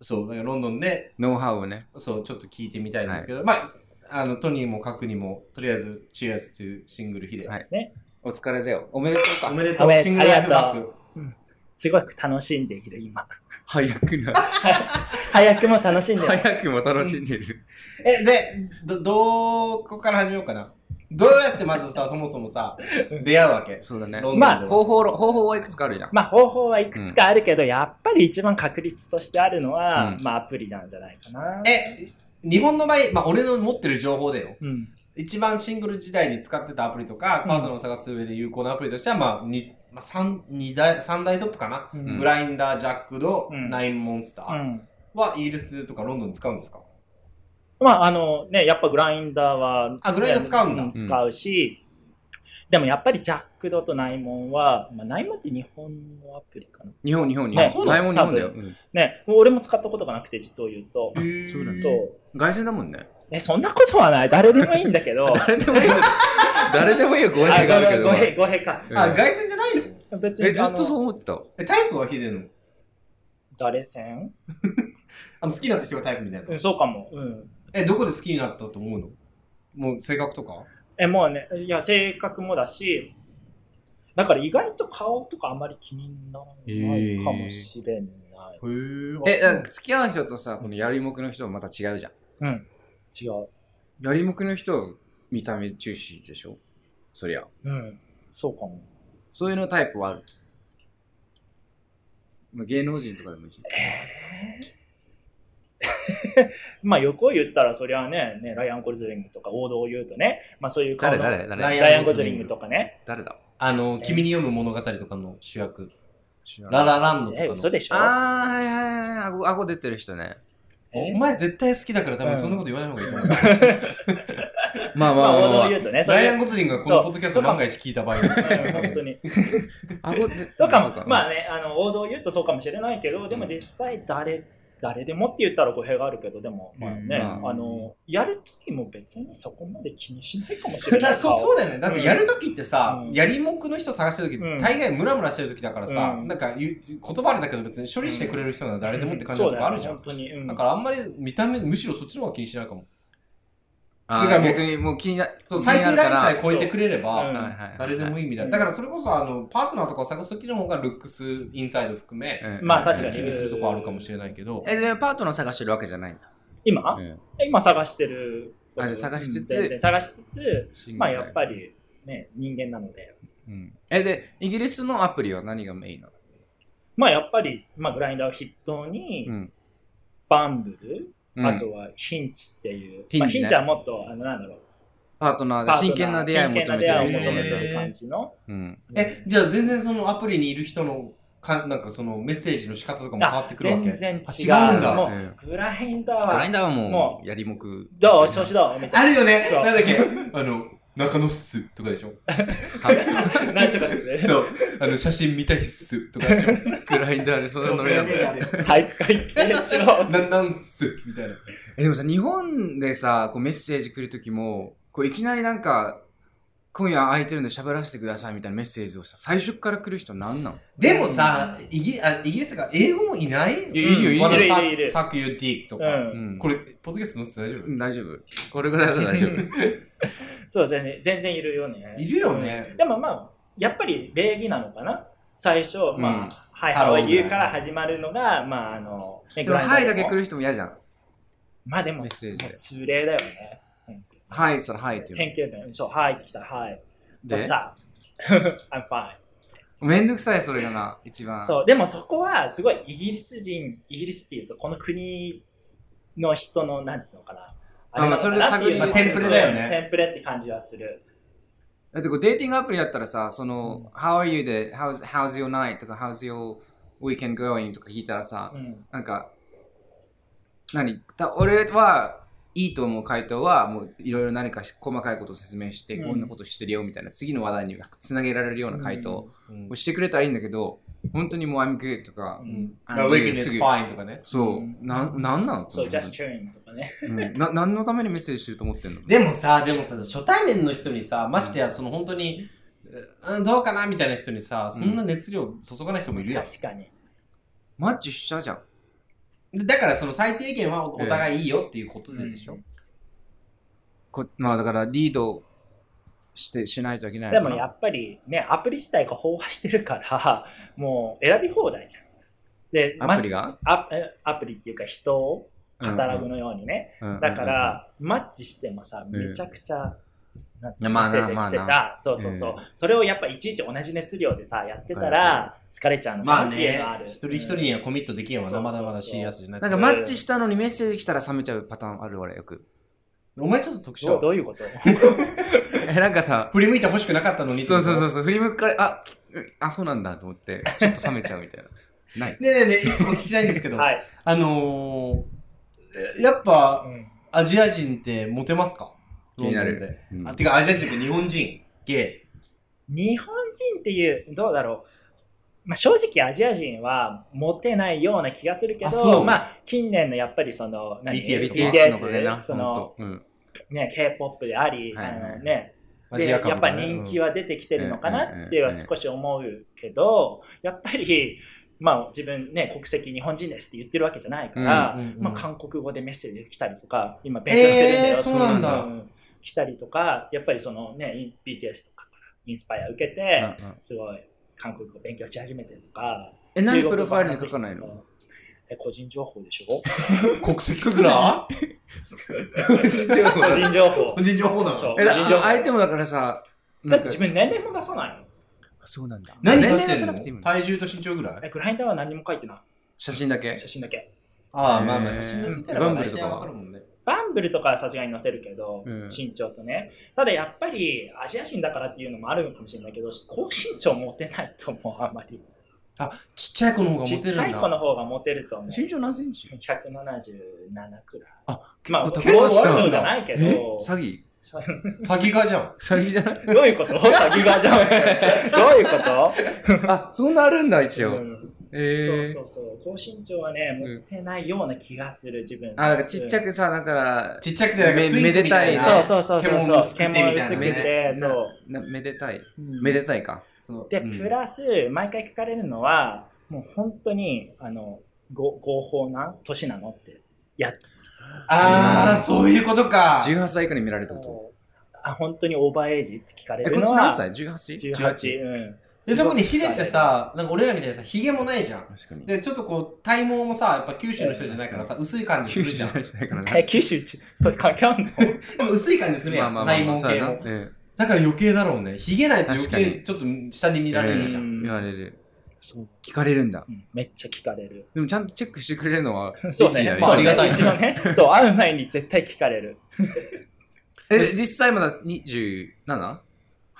Speaker 1: そう、なんかロンドンで
Speaker 2: ノウハウをね。
Speaker 1: そう、ちょっと聞いてみたいんですけど、まあ、あの、トニーもカクにも、とりあえず、チェアスというシングルヒデ。
Speaker 2: はい
Speaker 3: ですね。
Speaker 2: お疲れだよ。おめでとう
Speaker 1: お
Speaker 2: か。
Speaker 1: めでとう
Speaker 3: おめ、で
Speaker 1: シングルライフバ
Speaker 3: あり
Speaker 1: ッ
Speaker 3: が
Speaker 1: ク。
Speaker 3: すごく楽しんでいる、今。
Speaker 2: 早くな。
Speaker 3: 早くも楽しんでます。
Speaker 2: 早くも楽しんでる。
Speaker 1: え、で、ど、どこから始めようかな。どうやってまずさ、そもそも さ、出会うわけ。
Speaker 2: そうだ
Speaker 1: ロ
Speaker 2: ね。
Speaker 1: ンドンで
Speaker 3: ま
Speaker 1: は。
Speaker 2: 方法論、方法はいくつかあるじゃん。
Speaker 3: まあ、方法はいくつかあるけど、やっぱり一番確率としてあるのは、
Speaker 2: うん
Speaker 3: まあ、アプリなんじゃないかな。
Speaker 1: え、日本の場合、まあ、俺の持ってる情報でよ。
Speaker 3: うん。
Speaker 1: 一番シングル時代に使ってたアプリとか、パートナーを探す上で有効なアプリとしては、まあ、に、まあ、三、二大、三大トップかな。
Speaker 3: うん
Speaker 1: グラインダー、ジャックド、
Speaker 3: うん
Speaker 1: ナインモンスタ
Speaker 3: う
Speaker 1: ー
Speaker 3: ん。
Speaker 1: は、イギリスとかロンドンで使うんですか
Speaker 3: まあ、あのね、やっぱグラインダーは、
Speaker 1: あグラインダー使うんだ
Speaker 3: ね使うし、でもやっぱりジャックドとナイモンは、まあ、ナイモンって日本のアプリかな。
Speaker 2: 日本、日本、日
Speaker 3: ね
Speaker 2: 本。ないもん日本だよ。
Speaker 3: 多
Speaker 2: うん
Speaker 3: ね、もう俺も使ったことがなくて、実を言うと。
Speaker 2: あそうだね
Speaker 3: そう。
Speaker 2: 外人だもんね。
Speaker 3: え、そんなことはない。誰でもいいんだけど。
Speaker 2: 誰でもいいよ。誰でもいいよ、語
Speaker 3: あ
Speaker 2: 弊があるけど
Speaker 3: ご。めんごめんごめんか。
Speaker 1: あ、
Speaker 2: うん
Speaker 1: 外線じゃないの
Speaker 3: 別
Speaker 2: え、
Speaker 3: に、
Speaker 2: ず
Speaker 3: あ
Speaker 2: っとそう
Speaker 3: の、
Speaker 2: 思ってたわ。
Speaker 1: え、タイプはヒデの
Speaker 3: 誰線
Speaker 1: あの好きになった人がタイプみたいな
Speaker 3: う。ん、そうかも。うん。
Speaker 1: え、どこで好きになったと思うのもう性格とか
Speaker 3: え、もうね、いや、性格もだし、だから意外と顔とかあまり気にならないかもしれない。
Speaker 1: へえ。
Speaker 2: え、
Speaker 1: え、
Speaker 2: 付き合う人とさ、このやりもくの人はまた違うじゃん。
Speaker 3: うん。違う。
Speaker 2: やりもくの人は見た目重視でしょそりゃ。
Speaker 3: うん。そうかも。
Speaker 2: そういうのタイプはある。まあ、芸能人とかでもいいし。
Speaker 3: まあ、横を言ったら、そりゃねね、ライアン・ゴズリングとか王道を言うとね、まあそういう顔
Speaker 2: 誰
Speaker 3: の
Speaker 2: 誰誰
Speaker 1: ライ
Speaker 3: ライアン・ゴズリングとかね。
Speaker 2: 誰だ
Speaker 1: あの、
Speaker 3: ね
Speaker 1: 君に読む物語とかの主役。ララランドとか
Speaker 3: え、
Speaker 1: の。
Speaker 3: 嘘でしょ
Speaker 2: ああー、はいはいはい。顎顎出てる人ね。
Speaker 1: お前絶対好きだから多分そんなこと言わない方がいいと思う。
Speaker 2: まあま
Speaker 3: ま
Speaker 2: あ
Speaker 3: あ、
Speaker 2: ま
Speaker 3: 王道
Speaker 2: あ
Speaker 3: を、言うと ね、そ
Speaker 1: ライ
Speaker 3: れ
Speaker 1: アン・ゴズリングがこのポッドキャストを万が一聞いた場合に。
Speaker 3: うん本当に。
Speaker 2: まあ。顎出
Speaker 3: とかも、ま
Speaker 2: あ。
Speaker 3: あね、あの王道を言うとそうかもしれないけど、でも実際誰、誰でもって言ったら語弊があるけど、でも、まあ
Speaker 2: う
Speaker 3: ね、
Speaker 2: ん
Speaker 3: あの、やるときも別にそこまで気にしないかも しれな
Speaker 1: だ
Speaker 3: い。
Speaker 1: そう
Speaker 3: 顔
Speaker 1: そうだよね。だってやるときってさ、
Speaker 3: うん
Speaker 1: やりもくの人探してるとき、
Speaker 3: うん
Speaker 1: 大概ムラムラしてるときだからさ、
Speaker 3: うん
Speaker 1: なんか言う言葉あれだけど別に処理してくれる人なら誰でもって感じ
Speaker 3: う
Speaker 1: のと
Speaker 3: んそう
Speaker 1: こ
Speaker 3: だ
Speaker 1: あ
Speaker 3: よ
Speaker 1: る
Speaker 3: ね
Speaker 1: じゃん。
Speaker 3: 本当に。うん
Speaker 1: だからあんまり見た目、むしろそっちの方が気にしないかも。
Speaker 2: あ
Speaker 1: だから
Speaker 2: ー
Speaker 1: もう
Speaker 2: 逆にもう気にな
Speaker 1: そう最低ラインさ
Speaker 2: イ
Speaker 1: え超えてくれれ
Speaker 3: そう
Speaker 1: ば、
Speaker 3: うん
Speaker 1: 誰でもいいみたい
Speaker 3: うん
Speaker 1: な。だからそれこそあのパートナーとかを探すときの方がルックス、インサイド含め、
Speaker 3: まあ確か
Speaker 1: 気
Speaker 3: に
Speaker 1: にするとこあるかもしれないけど。
Speaker 2: え、でもパートナー探してるわけじゃないんだ。
Speaker 3: 今、今探してるとこ
Speaker 2: あ探しつつ
Speaker 3: 全然探しつつ、
Speaker 2: シング
Speaker 3: まあ
Speaker 2: ル
Speaker 3: やっぱり、ね、人間なので、
Speaker 2: うんえ、で、イギリスのアプリは何がメインなの
Speaker 3: まあやっぱり、まあ、グラインダーを筆頭に、
Speaker 2: ん。
Speaker 3: バンブル、
Speaker 2: うん
Speaker 3: あとはヒンチっていう、
Speaker 2: ヒンチね
Speaker 3: まあ、ヒンチはもっと、あのなんだろう、
Speaker 2: パートナー
Speaker 3: パ
Speaker 2: で
Speaker 3: ートナー
Speaker 2: 真剣な出会いを求めてる
Speaker 3: 真剣な出会いを求めてる感じの。
Speaker 2: うん。
Speaker 1: え、じゃあ全然そのアプリにいる人のか、なんかそのメッセージの仕方とかも変わっ
Speaker 3: あ
Speaker 1: てくるわ
Speaker 3: 全
Speaker 1: け
Speaker 3: 然違う。
Speaker 1: あ違うんだ
Speaker 3: も
Speaker 2: うん
Speaker 3: う、グラインダ
Speaker 2: グライ
Speaker 3: ー
Speaker 2: ン、ダーはも
Speaker 3: も
Speaker 2: う、やりもく。
Speaker 3: どう調子どうみたい
Speaker 1: あるよね
Speaker 3: そう
Speaker 1: なんだっけ あの、中野っすとかでしょ
Speaker 3: な。なんとかっす ね。
Speaker 1: そう。あの、写真見たいっすとか でしょ
Speaker 2: グラインダーでそんなノリだもん
Speaker 3: 体育会系違う。
Speaker 1: なんなんっすみたいな。
Speaker 2: え、でもさ、日本でさ、こうメッセージ来るときも、こういきなりなんか、今夜空いてるんで喋らせてくださいみたいなメッセージをさ、最初から来る人なんなの
Speaker 1: でもさ、イギあイギリスが英語もいない
Speaker 2: いやいるよいるよ
Speaker 1: うん
Speaker 3: いるいる
Speaker 1: まだ
Speaker 3: いる
Speaker 1: サクユディークと
Speaker 3: う
Speaker 1: か。
Speaker 3: ん。
Speaker 2: ん
Speaker 1: これ、ポッドキャスト載せて大丈夫
Speaker 2: うん大丈夫。これぐらいだと大丈夫。
Speaker 3: そう、全然全然いるよね。
Speaker 1: いるよね
Speaker 3: うんでもまあ、やっぱり礼儀なのかな。最初、
Speaker 2: うん
Speaker 3: まあ、はい、
Speaker 1: ハロー
Speaker 3: はい、言うから始まるのが、まあ、あの、ね
Speaker 2: でも、はいだけ来
Speaker 3: る。
Speaker 2: る人も嫌じゃん。
Speaker 3: まあでも、も
Speaker 2: メ
Speaker 3: う
Speaker 2: ッセージで
Speaker 3: 通例だよね。うん
Speaker 2: はいって言ったら、はいって言う
Speaker 3: 典型文、そう、はいってきた、はい。
Speaker 2: の。で
Speaker 3: What's、up? I'm fine.
Speaker 2: めんどくさい、それがな、一番。
Speaker 3: そう、でもそこはすごいイギリス人、イギリスっていうか、この国の人の、なんつうのかな。
Speaker 2: あまあ
Speaker 3: なのかな
Speaker 2: それで探り
Speaker 3: っていう
Speaker 1: まあテンプレだよね
Speaker 3: テンプレって感じはする。
Speaker 2: だってこうデーティングアプリだったらさ、その、How are you で、how's, how's your night? とか、How's your weekend going? とか聞いたらさ、
Speaker 3: うん。
Speaker 2: なんか、何だ俺は、いいと思う回答は、もういろいろ何かし細かいことを説明して、
Speaker 3: うん
Speaker 2: こんなことしてるよみたいな、次の話題につなげられるような回答
Speaker 1: うん
Speaker 2: をしてくれたらいいんだけど、本当にもう I'm good とか
Speaker 3: う、
Speaker 1: うん
Speaker 3: ん。
Speaker 1: まあ
Speaker 2: あの
Speaker 1: Weekend is
Speaker 2: すぐ
Speaker 1: fine とかね。
Speaker 2: そうう、
Speaker 3: ん
Speaker 2: なん、なんなの
Speaker 3: そう、just chilling とかね。
Speaker 2: うんな何のためにメッセージしてると思ってんの
Speaker 1: でもさ、でもさ、初対面の人にさ、ましてや、その本当に、うん、どうかなみたいな人にさ、そんな熱量注がない人もいるやん。
Speaker 3: 確かに。
Speaker 2: マッチしちゃうじゃん。
Speaker 1: だからその最低限はおお互いいいよっていうことででしょ、
Speaker 2: こまあだからリードしてしないといけない
Speaker 3: で
Speaker 2: のか
Speaker 3: も
Speaker 2: な
Speaker 3: やっぱりね、アプリ自体が飽和してるから、 もう選び放題じゃん。で、
Speaker 2: アプリが
Speaker 3: マッチアえアプリっていうか人をカタログのようにね。
Speaker 2: うんうんうん
Speaker 3: だから、マッチしてもさ、めちゃくちゃ、なんつうの、
Speaker 2: まあ
Speaker 3: メ
Speaker 2: な
Speaker 3: ッセージが来てさ、そうそうそう。それをやっぱいちいち同じ熱量でさ、やってたら、疲れちゃうの
Speaker 1: ま
Speaker 3: か
Speaker 1: あ
Speaker 3: なっていうのはあ
Speaker 1: ね
Speaker 3: る。、
Speaker 1: 一人一人にはコミットできんわな、
Speaker 3: うん
Speaker 1: まだまだしいやつじゃない。
Speaker 2: なんかマッチしたのにメッセージ来たら冷めちゃうパターンある俺よ く
Speaker 1: お前ちょっと特
Speaker 3: どう
Speaker 1: 徴
Speaker 3: ど。ういうこと
Speaker 2: えなんかさ
Speaker 1: 振り向いて欲しくなかったのに。
Speaker 2: そうそうそう
Speaker 1: う。
Speaker 2: そう振り向かれあきあそうなんだと思ってちょっと冷めちゃうみたいな ない
Speaker 1: ねえねえねえ、一個聞きたいんですけど、
Speaker 3: はい。
Speaker 1: あのー、やっぱアジア人ってモテますか
Speaker 2: 気にな
Speaker 1: ロ
Speaker 2: る
Speaker 1: ンドンで
Speaker 2: うん
Speaker 1: あてかアジア人って日本人、ゲ
Speaker 3: 日本人っていう、どうだろう。まあ、正直アジア人はモテないような気がするけ
Speaker 1: あそう
Speaker 3: ど、まあ、近年のやっぱりその、何
Speaker 1: BTS
Speaker 2: の方
Speaker 3: BTS
Speaker 2: でな
Speaker 3: そ
Speaker 2: ほん
Speaker 3: の、
Speaker 2: とうん
Speaker 3: ね、K-POP であり、
Speaker 2: はいはい
Speaker 3: あのね、
Speaker 1: ー。ア
Speaker 3: で
Speaker 1: ジ
Speaker 3: や
Speaker 1: ア
Speaker 3: っぱ人気
Speaker 1: は。
Speaker 3: は出てきてるのかなっては少し思うけど、やっぱり、まあ、自分ね、国籍日本人ですって言ってるわけじゃないから、
Speaker 1: うんうんうん
Speaker 3: まあ、韓国語でメッセージ来たりとか、今勉強してるんだよ、
Speaker 1: えーそうなんだ
Speaker 3: ん来たりとか、やっぱりそのね、イン BTS とかからインスパイア受けて、
Speaker 2: うんうん
Speaker 3: すごい韓国語勉強し始めてるとか、
Speaker 2: え何
Speaker 3: 中
Speaker 2: プ
Speaker 3: 国
Speaker 2: ロ
Speaker 3: 語
Speaker 2: ファイルに
Speaker 3: 話
Speaker 2: 書
Speaker 3: す人
Speaker 2: かな
Speaker 3: と
Speaker 2: いの
Speaker 3: え個人情報でしょ
Speaker 1: 国籍すら
Speaker 2: 個人情報
Speaker 3: 個人情報
Speaker 1: 個。人情報なの
Speaker 3: そう
Speaker 2: え
Speaker 3: 個人情報
Speaker 2: だ相手もだからさ、
Speaker 3: だ
Speaker 2: な
Speaker 3: っ
Speaker 2: ん
Speaker 3: て
Speaker 2: か
Speaker 3: 自分年齢も出さないの。
Speaker 2: そうなんだ。
Speaker 1: 何
Speaker 2: 年
Speaker 1: 出
Speaker 2: 齢
Speaker 1: して
Speaker 2: 出さ
Speaker 1: る
Speaker 2: なくていいも
Speaker 1: の
Speaker 2: ん
Speaker 1: 体重と身長ぐらい
Speaker 3: えグラインダーは何も書いてな
Speaker 2: 写真だけ
Speaker 3: い。。写真だけ。
Speaker 1: ああ、
Speaker 2: へー
Speaker 1: まあまあ、写真見せたら
Speaker 2: バンブル
Speaker 1: 大
Speaker 2: と
Speaker 1: 体
Speaker 2: かは
Speaker 1: わかるもんね。
Speaker 3: バンブルとかはさすがに載せるけど、
Speaker 2: うん
Speaker 3: 身長とね。ただやっぱりアジア人だからっていうのもあるかもしれないけど、高身長モテないと思う、あんまり。
Speaker 1: ちっちゃい子の方がモ
Speaker 3: ち
Speaker 1: テるん
Speaker 3: っ
Speaker 1: だ。
Speaker 3: ちゃい子の方がモテると思う。
Speaker 2: 身長何センチ
Speaker 3: 177くらい。
Speaker 2: あ、
Speaker 3: まあ、
Speaker 2: 結
Speaker 3: 結
Speaker 2: 構
Speaker 3: 構
Speaker 2: 高いんだ
Speaker 3: 上じゃないけ
Speaker 2: え
Speaker 3: ど、
Speaker 2: 詐欺
Speaker 3: さ
Speaker 1: 詐欺家じゃん。
Speaker 2: 詐欺じゃない
Speaker 3: どういうこと詐欺がじゃん。どう いうこ
Speaker 2: あ、そんなあるんだ、一
Speaker 3: と、
Speaker 2: 応。
Speaker 3: うん
Speaker 2: えー
Speaker 3: そうそうそう。高身長はね、モテないような気がする、自分。
Speaker 2: あ、だからちっちゃくさ、だから、
Speaker 1: ちっちゃくてなんか
Speaker 2: め
Speaker 1: ツインクみたい
Speaker 2: めでたい
Speaker 1: な。
Speaker 3: そうそうそうそうそう。
Speaker 1: 毛も薄
Speaker 3: 毛
Speaker 1: く
Speaker 3: も
Speaker 1: てみ
Speaker 3: 薄
Speaker 1: た
Speaker 3: く
Speaker 1: いなね。
Speaker 3: て、
Speaker 2: な
Speaker 3: そう。
Speaker 2: なめでたい。
Speaker 3: うん
Speaker 2: めでたいか。
Speaker 1: そう
Speaker 3: で、
Speaker 1: うん
Speaker 3: プラス、毎回聞かれるのは、もう本当に、あの、ご合法な年なのって。やっ
Speaker 1: ああ、そういうことか。
Speaker 2: 18歳以下に見られたこと。
Speaker 3: そうあ、本当にオーバーエイジって聞かれ
Speaker 2: え、
Speaker 3: る
Speaker 2: こっ
Speaker 3: の
Speaker 2: ち
Speaker 3: は
Speaker 2: 何、歳 ?18?
Speaker 3: 18。うん。
Speaker 1: で特にヒデって、さ、なんか俺らみたいにさ、ヒゲもないじゃん。
Speaker 2: 確かに。
Speaker 1: で、ちょっとこう、体毛もさ、やっぱ九州の人じゃないからさ、薄い感じするじゃん。で
Speaker 2: 98歳からな。
Speaker 3: え、九州、それ関係あんの
Speaker 1: も薄い感じするやん、体毛
Speaker 2: そう
Speaker 1: 系
Speaker 2: やな
Speaker 1: も。え
Speaker 2: え
Speaker 1: えだから余計だろうね。ヒゲないと余
Speaker 2: 確か
Speaker 1: 計
Speaker 2: に
Speaker 1: ちょっと下に見
Speaker 2: え
Speaker 1: られるじゃん。
Speaker 2: 言われる。
Speaker 3: そう、
Speaker 2: 聞かれるんだ。
Speaker 3: うんめっちゃ聞かれる。
Speaker 2: でもちゃんとチェックしてくれるのは、
Speaker 3: そう
Speaker 2: 一理
Speaker 3: ね。
Speaker 2: だ
Speaker 1: まあ
Speaker 3: そう
Speaker 1: ありがたいね
Speaker 3: 一応ね。そう、会う前に絶対聞かれる。
Speaker 2: え、実際まだ 27?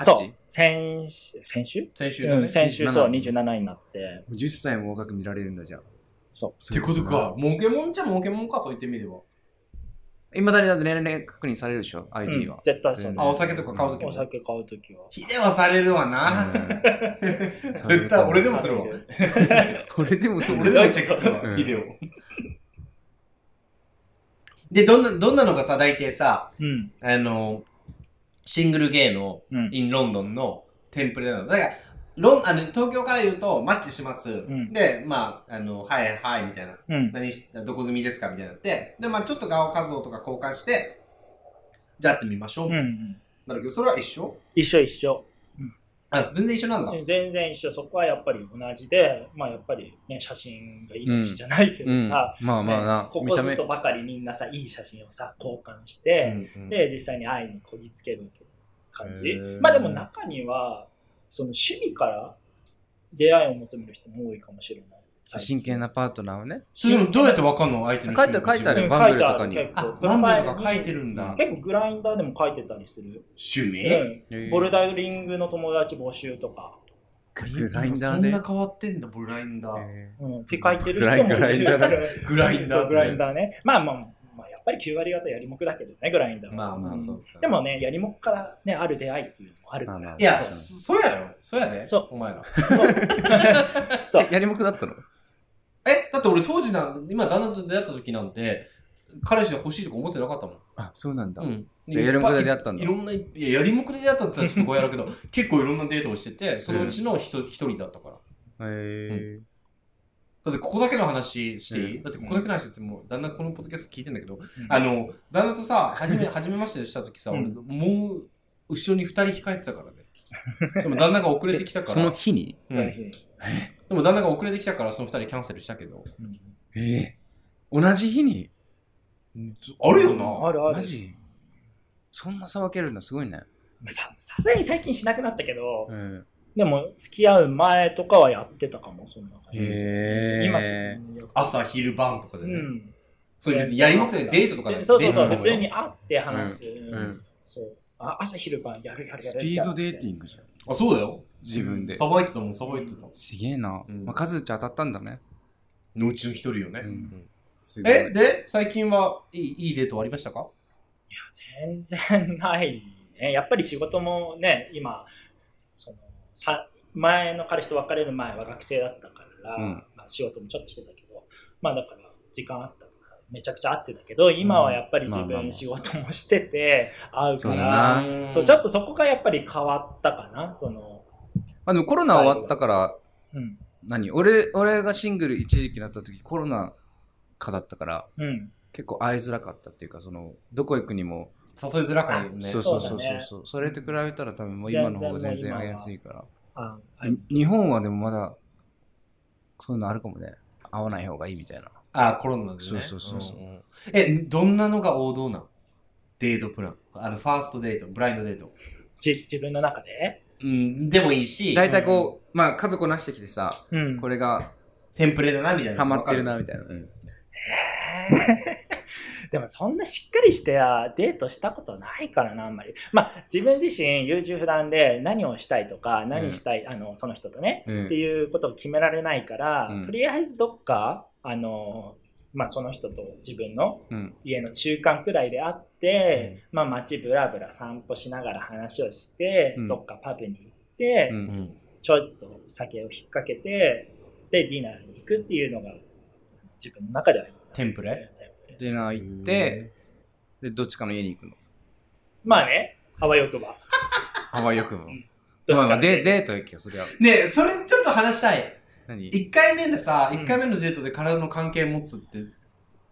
Speaker 3: そう。先週、先週
Speaker 1: 先週の
Speaker 3: う
Speaker 1: ね
Speaker 3: ん、。先週そう、
Speaker 2: 27
Speaker 3: 27になって。
Speaker 2: 10歳も若く見られるんだじゃん。
Speaker 3: そ
Speaker 1: ってことか、儲けもんじゃ儲けもんか、そう言ってみれば。
Speaker 2: いまだにだって年齢確認されるでしょ
Speaker 3: う。
Speaker 2: ?ID は
Speaker 3: うん。絶対そう
Speaker 2: う。ん
Speaker 1: あ、お酒とか買うとき
Speaker 3: お
Speaker 1: も。
Speaker 3: 酒買うときは。
Speaker 1: ヒデはされるわな。
Speaker 2: 絶
Speaker 1: 絶対俺でもするわ。
Speaker 2: 俺でもする
Speaker 1: 俺でもチェックする
Speaker 2: う
Speaker 1: わ、
Speaker 2: ん
Speaker 1: ヒデを。で、どんな、どんなのがさ、大体さ、
Speaker 3: うん。
Speaker 1: あの、シングルゲイの、
Speaker 3: うん。
Speaker 1: in ロンドンのテンプレなの。だから、ロン、あの、東京から言うと、マッチします。
Speaker 3: ん
Speaker 1: で、まあ、あの、はいはい、みたいな。
Speaker 3: うん。
Speaker 1: 何し、どこ住みですかみたいになって。で、まあ、ちょっと顔画像とか交換して、じゃあ会ってみましょう。
Speaker 3: うんうん。
Speaker 1: なるけど、それは一緒
Speaker 3: 一緒一緒。
Speaker 1: あ、全然一緒なんだ。
Speaker 3: 全然一緒。そこはやっぱり同じで、まあやっぱりね、写真が命じゃないけ
Speaker 2: う
Speaker 3: ど
Speaker 2: ん
Speaker 3: さ、
Speaker 2: まあまあな
Speaker 3: ね、こ
Speaker 2: 見
Speaker 3: こ
Speaker 2: た
Speaker 3: ず
Speaker 2: 目
Speaker 3: っと。ばかりみんなさ、いい写真をさ、交換して、
Speaker 1: うんうん
Speaker 3: で実際に愛にこぎつける感
Speaker 2: へ
Speaker 3: じ
Speaker 2: ー
Speaker 3: まあでも中にはその趣味から出会いを求める人も多いかもしれない最近
Speaker 2: 真剣なパートナーをね。
Speaker 1: でもどうやって
Speaker 3: う
Speaker 1: わかんの相手の趣味
Speaker 2: 書いてある
Speaker 3: ん
Speaker 2: よバンブルとかに
Speaker 3: 書いてあ
Speaker 1: あ
Speaker 3: る、
Speaker 1: バ
Speaker 3: 結構
Speaker 1: ン
Speaker 3: プロファ
Speaker 1: ド
Speaker 3: イル
Speaker 1: と
Speaker 3: に
Speaker 1: か書いてるんだ。
Speaker 3: 結構グラインダーでも書いてたりする、
Speaker 1: 趣味
Speaker 3: うん、ボルダリングの友達募集とか、
Speaker 2: グラインダ
Speaker 1: そ
Speaker 2: ー
Speaker 1: ん
Speaker 2: で
Speaker 1: な。変わってんだ、ブラインダー。
Speaker 2: え
Speaker 3: うん、って書いてる人もいる
Speaker 2: グラインダーだ
Speaker 1: グラインダ
Speaker 3: そう
Speaker 1: ー。
Speaker 3: グラインダーねまあまあまあやっぱり9割方やりもくだけどねグラインダーは
Speaker 1: まあまあ、そうか
Speaker 3: でもねやりもくからねある出会いっていうのもあるか
Speaker 2: まあま
Speaker 3: ら
Speaker 2: あ
Speaker 1: いや、
Speaker 3: そう
Speaker 1: そそうやろ。そうやで。
Speaker 3: そう
Speaker 1: お前ら。
Speaker 3: そう
Speaker 2: えやりもくだったの
Speaker 1: え、だって俺当時なん、今旦那と出会った時なんて、彼氏が欲しいとか思ってなかったもん。
Speaker 2: あ、そうなんだ。
Speaker 1: ん。
Speaker 2: じゃあやりもくで出会ったんだ
Speaker 1: いろんな、いや、やりもくで出会ったって言ったらちょっとこうやるけど、 結構いろんなデートをしてて、そのうちの一一人だったから。
Speaker 2: えー
Speaker 1: だってここだけの話していい、
Speaker 2: うん
Speaker 1: だってここだけの話ってもう旦那このポッドキャスト聞いてんだけど、あの旦那とさ初め初めましてした時 さ、
Speaker 3: うん
Speaker 1: 俺もう後ろに2人控えてたからねでも旦那が遅れてきたか
Speaker 2: そ
Speaker 1: ら
Speaker 2: の日に
Speaker 3: その日に
Speaker 1: でも旦那が遅れてきたからその2人キャンセルしたけど
Speaker 3: うん
Speaker 2: えー同じ日に
Speaker 1: あるよな
Speaker 3: あるある
Speaker 2: マ。ジそんなさ分けるんだ、すごいね。
Speaker 3: まあささすがに最近しなくなったけど、
Speaker 2: うん
Speaker 3: でも付き合う前とかはやってたかも、そんな感じ。
Speaker 2: へえ。
Speaker 3: 今し、
Speaker 1: 朝昼晩とかで
Speaker 3: う
Speaker 1: ね、
Speaker 3: ん。
Speaker 1: それ別にやりもくでデートとか
Speaker 3: でそうそうそう、
Speaker 1: デートと
Speaker 3: 普
Speaker 1: か
Speaker 3: 通に会って話す。うん
Speaker 2: うん
Speaker 3: そうあ。朝昼晩やるやるや
Speaker 2: ス
Speaker 3: る。
Speaker 2: ピードデーティ
Speaker 3: グ。
Speaker 2: ングじゃん。
Speaker 1: あそうだよ
Speaker 2: 自分で
Speaker 1: さばいてたもんさばいてたもん
Speaker 2: すげえな。
Speaker 1: うん
Speaker 2: まあ、数って当たったんだね。
Speaker 1: のうちの1人よね、
Speaker 2: うんすごい
Speaker 1: えで最近はいいいいデートはありましたか
Speaker 3: 全然ないね。 やっぱり仕事もね、今、そのさ前の彼氏と別れる前は学生だったから、
Speaker 2: うん
Speaker 3: まあ、仕事もちょっとしてたけど、まあだから時間あったから、めちゃくちゃ会ってたけど、今はやっぱり自
Speaker 2: まあまあま
Speaker 3: 分
Speaker 2: あ
Speaker 3: 仕事もしてて、会う
Speaker 2: そ
Speaker 3: か
Speaker 2: うだ
Speaker 3: ら、
Speaker 2: な
Speaker 3: そうちょっとそこがやっぱり変わったかな、その、
Speaker 2: まあ、でもコロナ終わったから、
Speaker 3: うん、
Speaker 2: 何俺俺がシングル一時期になった時コロナ禍だったから
Speaker 3: うん、
Speaker 2: 結構会いづらかったっていうかそのどこ行くにも、
Speaker 1: 誘いづらかいよね
Speaker 2: そうそう
Speaker 3: そ
Speaker 2: そうう
Speaker 3: だ
Speaker 2: そ
Speaker 3: ね
Speaker 2: うそうそれと比べたら多分もう今の方が全
Speaker 3: 全然
Speaker 2: 然
Speaker 3: もう今は
Speaker 2: 会いやすいから
Speaker 3: あ、あ
Speaker 2: 日本はでもまだそういうのあるかもね会わない方がいいみたいな
Speaker 1: あ、コロナでね。
Speaker 2: そうそうそうそうん
Speaker 1: んえ、どんなのが王道なんデートプラン。あの、ファーストデート、ブラインドデート。
Speaker 3: じ自分の中で、
Speaker 1: うん、でもいいし、
Speaker 2: 大体こう、まあ、家族をなしてきてさ、
Speaker 3: うん
Speaker 2: これが
Speaker 1: テンプレだな、みたいな。
Speaker 2: ハマってるな、みたいな。うん
Speaker 3: でもそんなしっかりしてやデートしたことないからなあんまりまあ自分自身優柔不断で何をしたいとか何したい、あのその人とね、
Speaker 2: うん
Speaker 3: っていうことを決められないから、
Speaker 2: うん
Speaker 3: とりあえずどっかあのまあその人と自分の
Speaker 2: うん。
Speaker 3: 家の中間くらいであって、まあ街ブラブラ散歩しながら話をして、
Speaker 2: うん
Speaker 3: どっかパブに行って、
Speaker 2: う。
Speaker 1: うんん。
Speaker 3: ちょっと酒を引っ掛けてでディナーに行くっていうのが自分の中では
Speaker 1: テンプレ
Speaker 2: ディナー行って、、で、どっちかの家に行くの。
Speaker 3: まあねあわよくば
Speaker 2: ハワイよくも
Speaker 3: う。んど
Speaker 2: ま
Speaker 3: っ
Speaker 2: あま
Speaker 3: ちか
Speaker 2: あ、
Speaker 3: っていう
Speaker 2: デデート行けよ、それは。
Speaker 1: ねえそれちょっと話したい。
Speaker 2: 何
Speaker 1: 1回目でさ、
Speaker 3: うん
Speaker 1: 1回目のデートで体の関係持つって、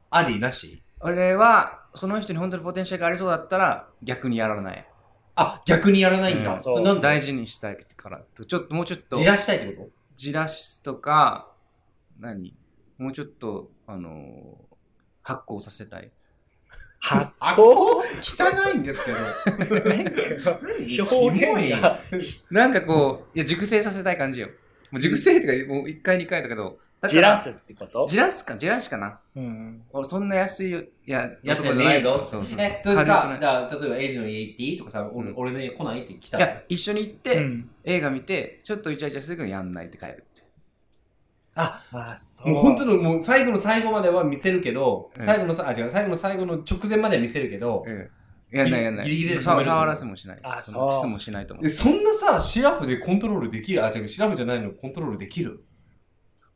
Speaker 1: ありなし
Speaker 2: 俺は、その人に本当にポテンシャルがありそうだったら、逆にやらない。
Speaker 1: あ、逆にやらないんだ。
Speaker 2: うん
Speaker 1: それなんで
Speaker 2: 大事にしたいから。ちょっと、もうちょっと、
Speaker 1: じらしたいってこ
Speaker 2: じらしとか、何もうちょっと、あのー発酵させたい。
Speaker 3: 発
Speaker 1: あ
Speaker 3: 酵
Speaker 1: と汚いんですけ ど。
Speaker 3: 表現が
Speaker 2: なんかこう、いや、熟成させたい感じよ。もう熟成とか、もう1回、2回だけど、だから
Speaker 3: じらすってこと、
Speaker 2: じらすか、じらしかな。
Speaker 3: うん、
Speaker 2: 俺、そんな安い、いや、
Speaker 1: やつ
Speaker 2: つ
Speaker 1: じ
Speaker 2: じ
Speaker 1: ゃ
Speaker 2: ゃ
Speaker 1: ねえ
Speaker 2: ぞ
Speaker 1: ぞ。
Speaker 2: そうそうそう。
Speaker 1: え、それでさじ
Speaker 2: 軽、くない
Speaker 1: ゃあ、例えばエイジの家行っていいとかさ、俺,、
Speaker 2: うん
Speaker 1: 俺の家来ないって来た
Speaker 2: い
Speaker 1: の
Speaker 2: や、一緒に行って、
Speaker 3: うん
Speaker 2: 映画見て、ちょっとイチャイチャするけどやんないって帰るって。
Speaker 1: あ、
Speaker 3: あそう
Speaker 1: もう本当のもう最後の最後までは見せるけど、
Speaker 2: うん
Speaker 1: 最後のさ、あ、違う、最後の最後の直前までは見せるけど、
Speaker 2: うん。やんないやんない。
Speaker 1: ギリギリで
Speaker 2: さ触らせもしない。
Speaker 3: あ
Speaker 2: その
Speaker 3: そう
Speaker 2: キスもしないと思
Speaker 1: えそんなさ、シラフでコントロールできるあ、違う、シラフじゃないのコントロールできる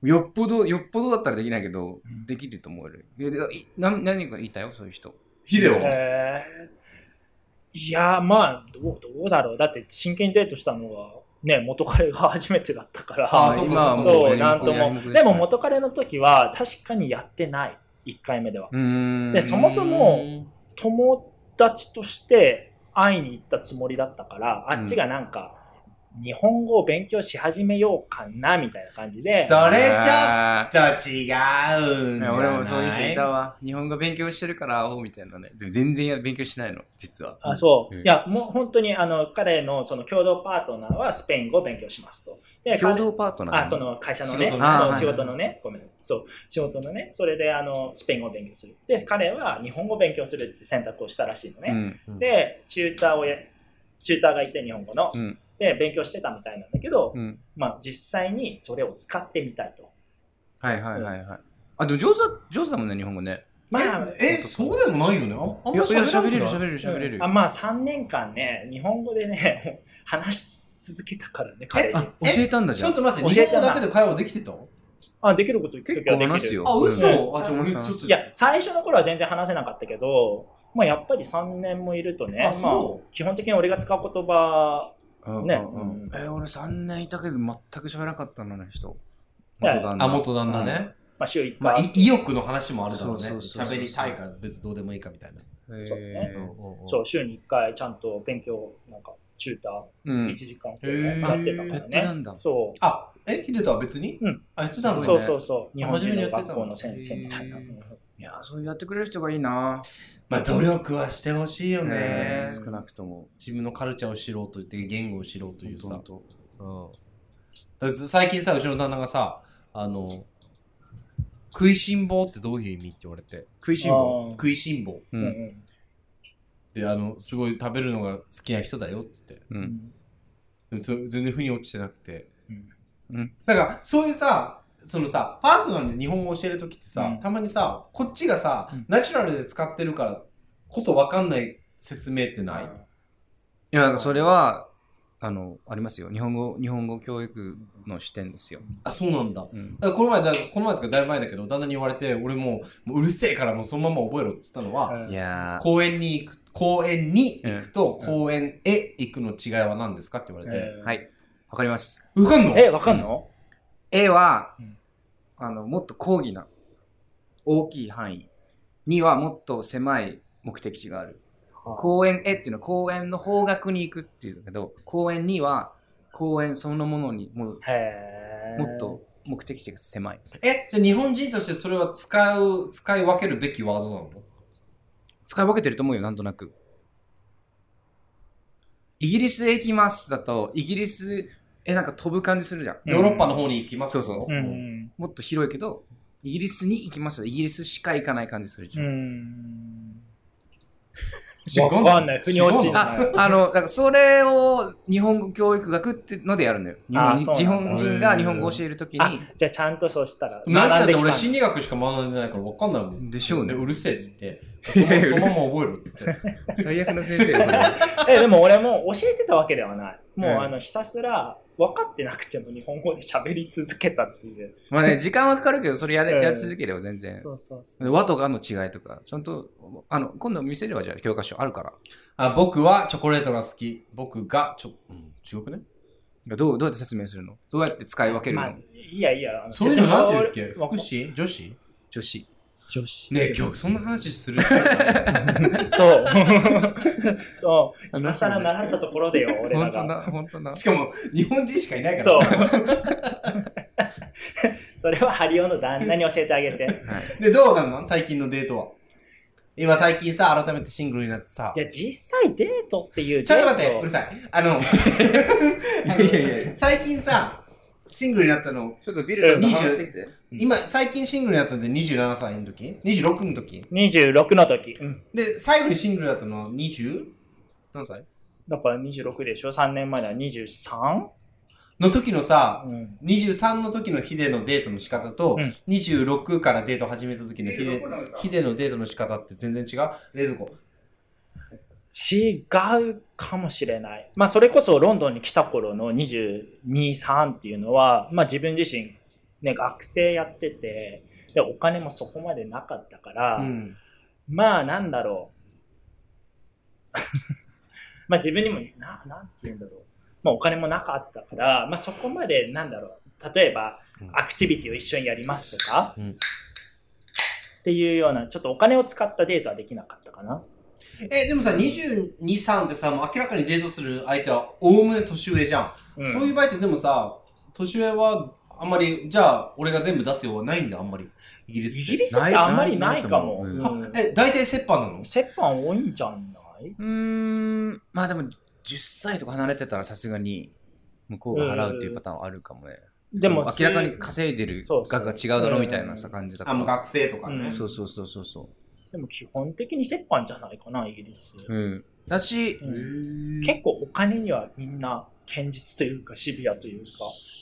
Speaker 2: う。よっぽど、よっぽどだったらできないけど
Speaker 3: ん、
Speaker 2: できると思える。いやでいな何か言いたよ、そういう人。
Speaker 1: ヒデオ。
Speaker 3: へえいやまあどうどうだろうだって真剣にデートしたのはね元彼が初めてだったから
Speaker 1: あそうか
Speaker 2: 今はも
Speaker 3: そう
Speaker 2: やり
Speaker 3: なんと
Speaker 2: や
Speaker 3: も
Speaker 2: りす
Speaker 3: でも元彼の時は確かにやってない1回目では
Speaker 2: うーん。
Speaker 3: でそもそも友達として会いに行ったつもりだったからあっちがなんか、日本語を勉強し始めようかなみたいな感じで
Speaker 1: それちょっ
Speaker 2: ゃ
Speaker 1: と違うんじゃない
Speaker 2: 俺もそういう人いたわ。日本語勉強してるから、おうみたいなね。でも全然や勉強しないの、実は。
Speaker 3: あそう、
Speaker 2: うん
Speaker 3: いやもう本当にあの彼のその共同パートナーはスペイン語を勉強しますとで
Speaker 2: 共
Speaker 3: 彼
Speaker 2: 同パートナー
Speaker 3: あその会社のね
Speaker 1: 仕事
Speaker 2: の
Speaker 3: そ
Speaker 2: あー
Speaker 3: う仕事のね、ごめん、そう、仕事のね、それであのスペイン語を勉強する。で、彼は日本語を勉強するって選択をしたらしいの
Speaker 2: う
Speaker 3: ね。
Speaker 2: ん。
Speaker 3: で、チューターをや、チューターがいて日本語の、
Speaker 2: うん
Speaker 3: で、勉強してたみたいなんだけど、
Speaker 2: うん。
Speaker 3: まあ実際にそれを使ってみたいと。
Speaker 2: はいはいはいはい。あ、でも上手だ上手だもんね、日本語ね。
Speaker 3: まあ、
Speaker 1: え、えそうでもないよね。ああん
Speaker 2: いや、
Speaker 1: ま
Speaker 2: いや喋れる
Speaker 1: れ
Speaker 2: 喋れる喋れる
Speaker 3: うんあ。まあ3年間ね、日本語でね、 話し続けたからね、彼に。
Speaker 2: あ、教えたんだじ
Speaker 1: ち
Speaker 2: ゃ
Speaker 1: ょ
Speaker 2: ん
Speaker 1: っ。と待って、
Speaker 3: 教
Speaker 1: 日
Speaker 3: え
Speaker 1: 本
Speaker 3: て
Speaker 1: 語
Speaker 3: な
Speaker 1: だけで会話できてた
Speaker 3: あ、できること言う
Speaker 2: 結
Speaker 3: 時は
Speaker 2: 構
Speaker 3: できる。
Speaker 2: 話すよ。
Speaker 1: あ、嘘、
Speaker 2: うん
Speaker 1: あ、じゃあ俺ちょっと。
Speaker 3: いや、最初の頃は全然話せなかったけど、まあ、やっぱり3年もいるとね
Speaker 1: あ、
Speaker 3: まあ
Speaker 1: そ、
Speaker 3: 基本的に俺が使う言葉、
Speaker 2: うん
Speaker 3: ね
Speaker 2: うんうんえ、俺3年いたけど、全く喋らなかったのあの人。
Speaker 3: いや
Speaker 2: 旦那
Speaker 1: あ、元旦那ね。
Speaker 3: まあ、週1
Speaker 1: まあ、
Speaker 3: 回、
Speaker 1: い意欲の話もあるだろうね。
Speaker 2: そうそうそうそう
Speaker 1: 喋りたいか、別にどうでもいいかみたいな。
Speaker 2: へー
Speaker 3: そうね
Speaker 1: うんうんうん
Speaker 3: そう週に1回ちゃんと勉強、なんか、チュータ
Speaker 2: う
Speaker 3: ー
Speaker 2: ん
Speaker 3: 1。時間くらいやってた
Speaker 1: へー
Speaker 3: か
Speaker 2: や
Speaker 3: ら
Speaker 2: ってた
Speaker 3: ね。
Speaker 2: んだ。
Speaker 3: そう
Speaker 1: あ、え、ヒデとは別に
Speaker 3: うん。
Speaker 1: あ、やってたのね
Speaker 3: そうそうそう、日本
Speaker 1: 真面目
Speaker 3: 人の
Speaker 1: にやってた
Speaker 3: 学
Speaker 1: の
Speaker 3: 校の先生みたいな。
Speaker 1: へ
Speaker 3: うん
Speaker 2: いや、そうやってくれる人がいいな。
Speaker 1: まあ、努力はしてほしいよね
Speaker 2: うん。少なくとも。
Speaker 1: 自分のカルチャーを知ろうと言って、言語を知ろうという
Speaker 2: ほ
Speaker 1: さ
Speaker 2: ん。と
Speaker 1: うんだから最近さ、後ろの旦那がさ、あの、食いしん坊ってどういう意味って言われて。
Speaker 2: 食いしん坊。
Speaker 3: あー
Speaker 1: 食いしん坊。
Speaker 2: う。
Speaker 3: うんうんん
Speaker 1: で、あの、すごい食べるのが好きな人だよって言って。
Speaker 2: う。
Speaker 3: うんん
Speaker 1: でもそ全然腑に落ちてなくて。
Speaker 3: うん
Speaker 1: だから、そういうさ、そのさ、パートナーに日本語を教えるときってさ、
Speaker 3: うん
Speaker 1: たまにさ、こっちがさ、
Speaker 3: うん
Speaker 1: ナチュラルで使ってるからこそわかんない説明ってない、
Speaker 2: いや、それは、あの、ありますよ。日本語、日本語教育の視点ですよ。
Speaker 1: あ、そうなんだ。だか
Speaker 2: うん。
Speaker 1: らこの前だ、この前ですか、だいぶ前だけど、旦那に言われて、俺もう、もううるせえからもうそのまま覚えろって言ったのは、
Speaker 3: うん
Speaker 2: いやー、
Speaker 1: 公園に行く、公園に行くと、
Speaker 2: うん
Speaker 1: 公園へ行くの違いは何ですかって言われて、
Speaker 3: うん
Speaker 2: はい。わかります。
Speaker 1: わかんの
Speaker 3: え、わかんの
Speaker 2: A は
Speaker 3: うん、
Speaker 2: あの、もっと広義な、大きい範囲。にはもっと狭い目的地がある。
Speaker 3: あ
Speaker 2: 公園へっていうのは公園の方角に行くっていうんだけど、公園には公園そのものにもう
Speaker 3: へー
Speaker 2: もっと目的地が狭い。
Speaker 1: え、じゃあ日本人としてそれは使う、使い分けるべきワードなの
Speaker 2: 使い分けてると思うよ、なんとなく。イギリスへ行きますだと、イギリス、え、なんか飛ぶ感じするじゃん。
Speaker 3: うん。
Speaker 1: ヨーロッパの方に行きます
Speaker 2: そうそう
Speaker 1: うん
Speaker 2: もっと広いけど、イギリスに行きますだとイギリスしか行かない感じするじ
Speaker 3: う
Speaker 2: ゃん。
Speaker 3: ん。
Speaker 1: 違う
Speaker 3: わかんない腑に落ち
Speaker 1: 違うの
Speaker 3: な
Speaker 2: あ、あの、だからそれを日本語教育学ってのでやるんだよ。日本
Speaker 3: あそう
Speaker 2: 日
Speaker 3: なんだ
Speaker 2: 本人が日本語を教えるとき
Speaker 3: あ
Speaker 2: に、、
Speaker 3: じゃあちゃんとそうしたら、
Speaker 1: なんだっ
Speaker 3: 学ん
Speaker 1: て
Speaker 3: できたん
Speaker 1: 俺
Speaker 3: だ
Speaker 1: 心理学しか学んでないからわかんないもん。
Speaker 2: でしょうね
Speaker 1: うるせえっつって。そ
Speaker 2: いやいや
Speaker 1: のそのまま覚えろっつって。
Speaker 2: 最悪の先生だよそれ
Speaker 3: えでも俺も教えてたわけではない。もう、
Speaker 2: うん
Speaker 3: あのひたすら分かってなくても日本語で喋り続けたっていう。
Speaker 2: まあね、時間はかかるけど、それやれ、
Speaker 3: うん
Speaker 2: やり続ければ全然。
Speaker 3: そうそうそう。
Speaker 2: 和と和の違いとか、ちゃんと、あの、今度見せればじゃあ教科書あるから。
Speaker 1: あ、僕はチョコレートが好き。僕がちょ、うん、違くね
Speaker 2: どう、どうやって説明するのどうやって使い分けるの、
Speaker 3: まず、いやいや、あの
Speaker 1: そういうのなんて言うっけ
Speaker 3: 説明は
Speaker 1: 福祉女子
Speaker 2: 女子。
Speaker 3: 女子
Speaker 1: ねえ、今日そんな話する。
Speaker 3: そう。 そう。
Speaker 2: あ
Speaker 3: 今更習ったところ でよ、俺ら
Speaker 2: 本当
Speaker 3: が。
Speaker 2: だ、本当 だ。
Speaker 1: しかも、日本人しかいないから。
Speaker 3: そう。 それはハリオの旦那に教えてあげて。
Speaker 2: はい。
Speaker 1: で、どうなの最近のデートは。今最近さ、改めてシングルになってさ
Speaker 3: い。や、実際デートっていう
Speaker 1: ちょっと待って、
Speaker 3: デー
Speaker 1: う
Speaker 3: ト
Speaker 1: るさい。あ の、あの
Speaker 2: いやいやいや
Speaker 1: 最近さ、シングルになったの、
Speaker 2: ちょっとビル
Speaker 1: うん
Speaker 2: の話してきて。
Speaker 1: 今、最近シングルになったので27歳の時 ?26 の時
Speaker 3: 26の時。
Speaker 1: で、最後にシングルだったのは 20? 何歳
Speaker 3: だから26でしょ ?3 年前だ。23?
Speaker 1: の時のさ、
Speaker 3: うん。
Speaker 1: 23の時のヒデのデートの仕方と、
Speaker 3: うん
Speaker 1: 26からデート始めた時のヒデヒデのデートの仕方って全然違う冷蔵庫。
Speaker 3: 違うかもしれない。まあ、それこそロンドンに来た頃の22、3っていうのは、まあ、自分自身、ね、学生やってて、で、お金もそこまでなかったから、
Speaker 1: うん。
Speaker 3: まあ、なんだろう。 まあ、自分にも、な、なんて言うんだろう。まあ、お金もなかったから、まあ、そこまで、なんだろう。例えば
Speaker 1: うん、
Speaker 3: アクティビティを一緒にやりますとか、
Speaker 1: うん
Speaker 3: っていうような、ちょっとお金を使ったデートはできなかったかな。
Speaker 1: え、でもさ、22、3ってさ、もう明らかにデートする相手はおおむね年上じゃん。
Speaker 3: うん
Speaker 1: そういう場合ってでもさ、年上はあんまり、じゃあ俺が全部出すようはないんだ、あんまり。イギリス
Speaker 3: イ
Speaker 1: って。
Speaker 3: ギリスってあんまりないかも。
Speaker 2: ない
Speaker 1: は
Speaker 3: うん
Speaker 1: え、大体折半なの
Speaker 3: 折半多いんじゃない、
Speaker 2: うーん、まあでも、10歳とか離れてたらさすがに、向こうが払うっていうパターンはあるかもね。
Speaker 3: でも
Speaker 2: 明らかに稼いでる
Speaker 3: そうそう
Speaker 2: 額が違うだろうみたいなさ感じだった
Speaker 1: あ、もう学生とかね。
Speaker 3: うん
Speaker 2: そうそうそうそうそ
Speaker 3: でも基本的に折半じゃないかなイギリス、
Speaker 2: う。うん。だし、
Speaker 3: うん
Speaker 1: 結
Speaker 3: 結構お金にはみんな堅実というかシビアというか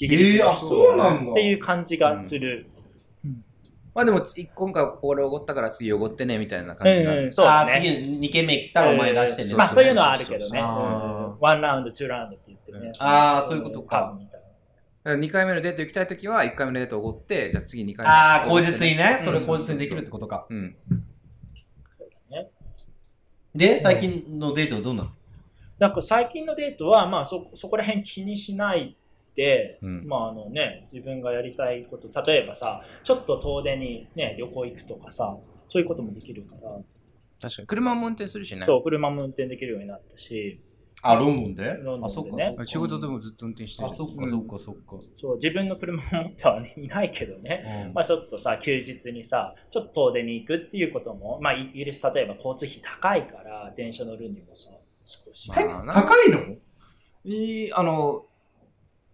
Speaker 3: イギリス
Speaker 1: えー
Speaker 3: の
Speaker 1: あ
Speaker 3: 人
Speaker 1: そうな
Speaker 3: は
Speaker 1: んだ
Speaker 3: っていう感じがする、
Speaker 2: まあでも、い今回これおごったから次おごってねみたいな
Speaker 3: うん
Speaker 2: 感じになる。
Speaker 3: うんそうだ
Speaker 1: あ
Speaker 3: ね
Speaker 1: ー、次2軒目行ったらお前出してね。
Speaker 3: うんまあそういうのはあるけど
Speaker 2: そう
Speaker 3: ね
Speaker 1: そうそうあー
Speaker 3: うんワンラウンドツーラウンドって言ってね、
Speaker 2: うん
Speaker 1: あーそういうことか
Speaker 3: 多分みたいな
Speaker 2: だから2回目のデート行きたいときは、1回目のデートおごって、じゃあ次2回目。
Speaker 1: ああ、口実にね、
Speaker 3: うん
Speaker 1: それ口実にできるってことか。
Speaker 2: うん。
Speaker 1: で、最近のデートはどうなの
Speaker 3: なんか最近のデートは、まあ、そそこら辺気にしないで、
Speaker 2: うん
Speaker 3: まああのね、自分がやりたいこと例えばさちょっと遠出に、ね、旅行行くとかさそういうこともできるから、
Speaker 2: 確かに。車も運転するしね。
Speaker 3: そう車も運転できるようになったし
Speaker 1: あ、ロンドンで
Speaker 3: ロンドンでね
Speaker 1: あ、そっかそっか。
Speaker 2: 仕事でもずっと運転してる。
Speaker 1: あ、そっかそっかそっか。
Speaker 3: そう自分の車を持っては、ね、いないけどね、
Speaker 1: うん
Speaker 3: まあ、ちょっとさ休日にさちょっと遠出に行くっていうことも、まあ、イギリス例えば交通費高いから電車乗るにもさ少し、
Speaker 2: ま
Speaker 1: え
Speaker 2: あな
Speaker 1: 高いの
Speaker 2: いい、あの、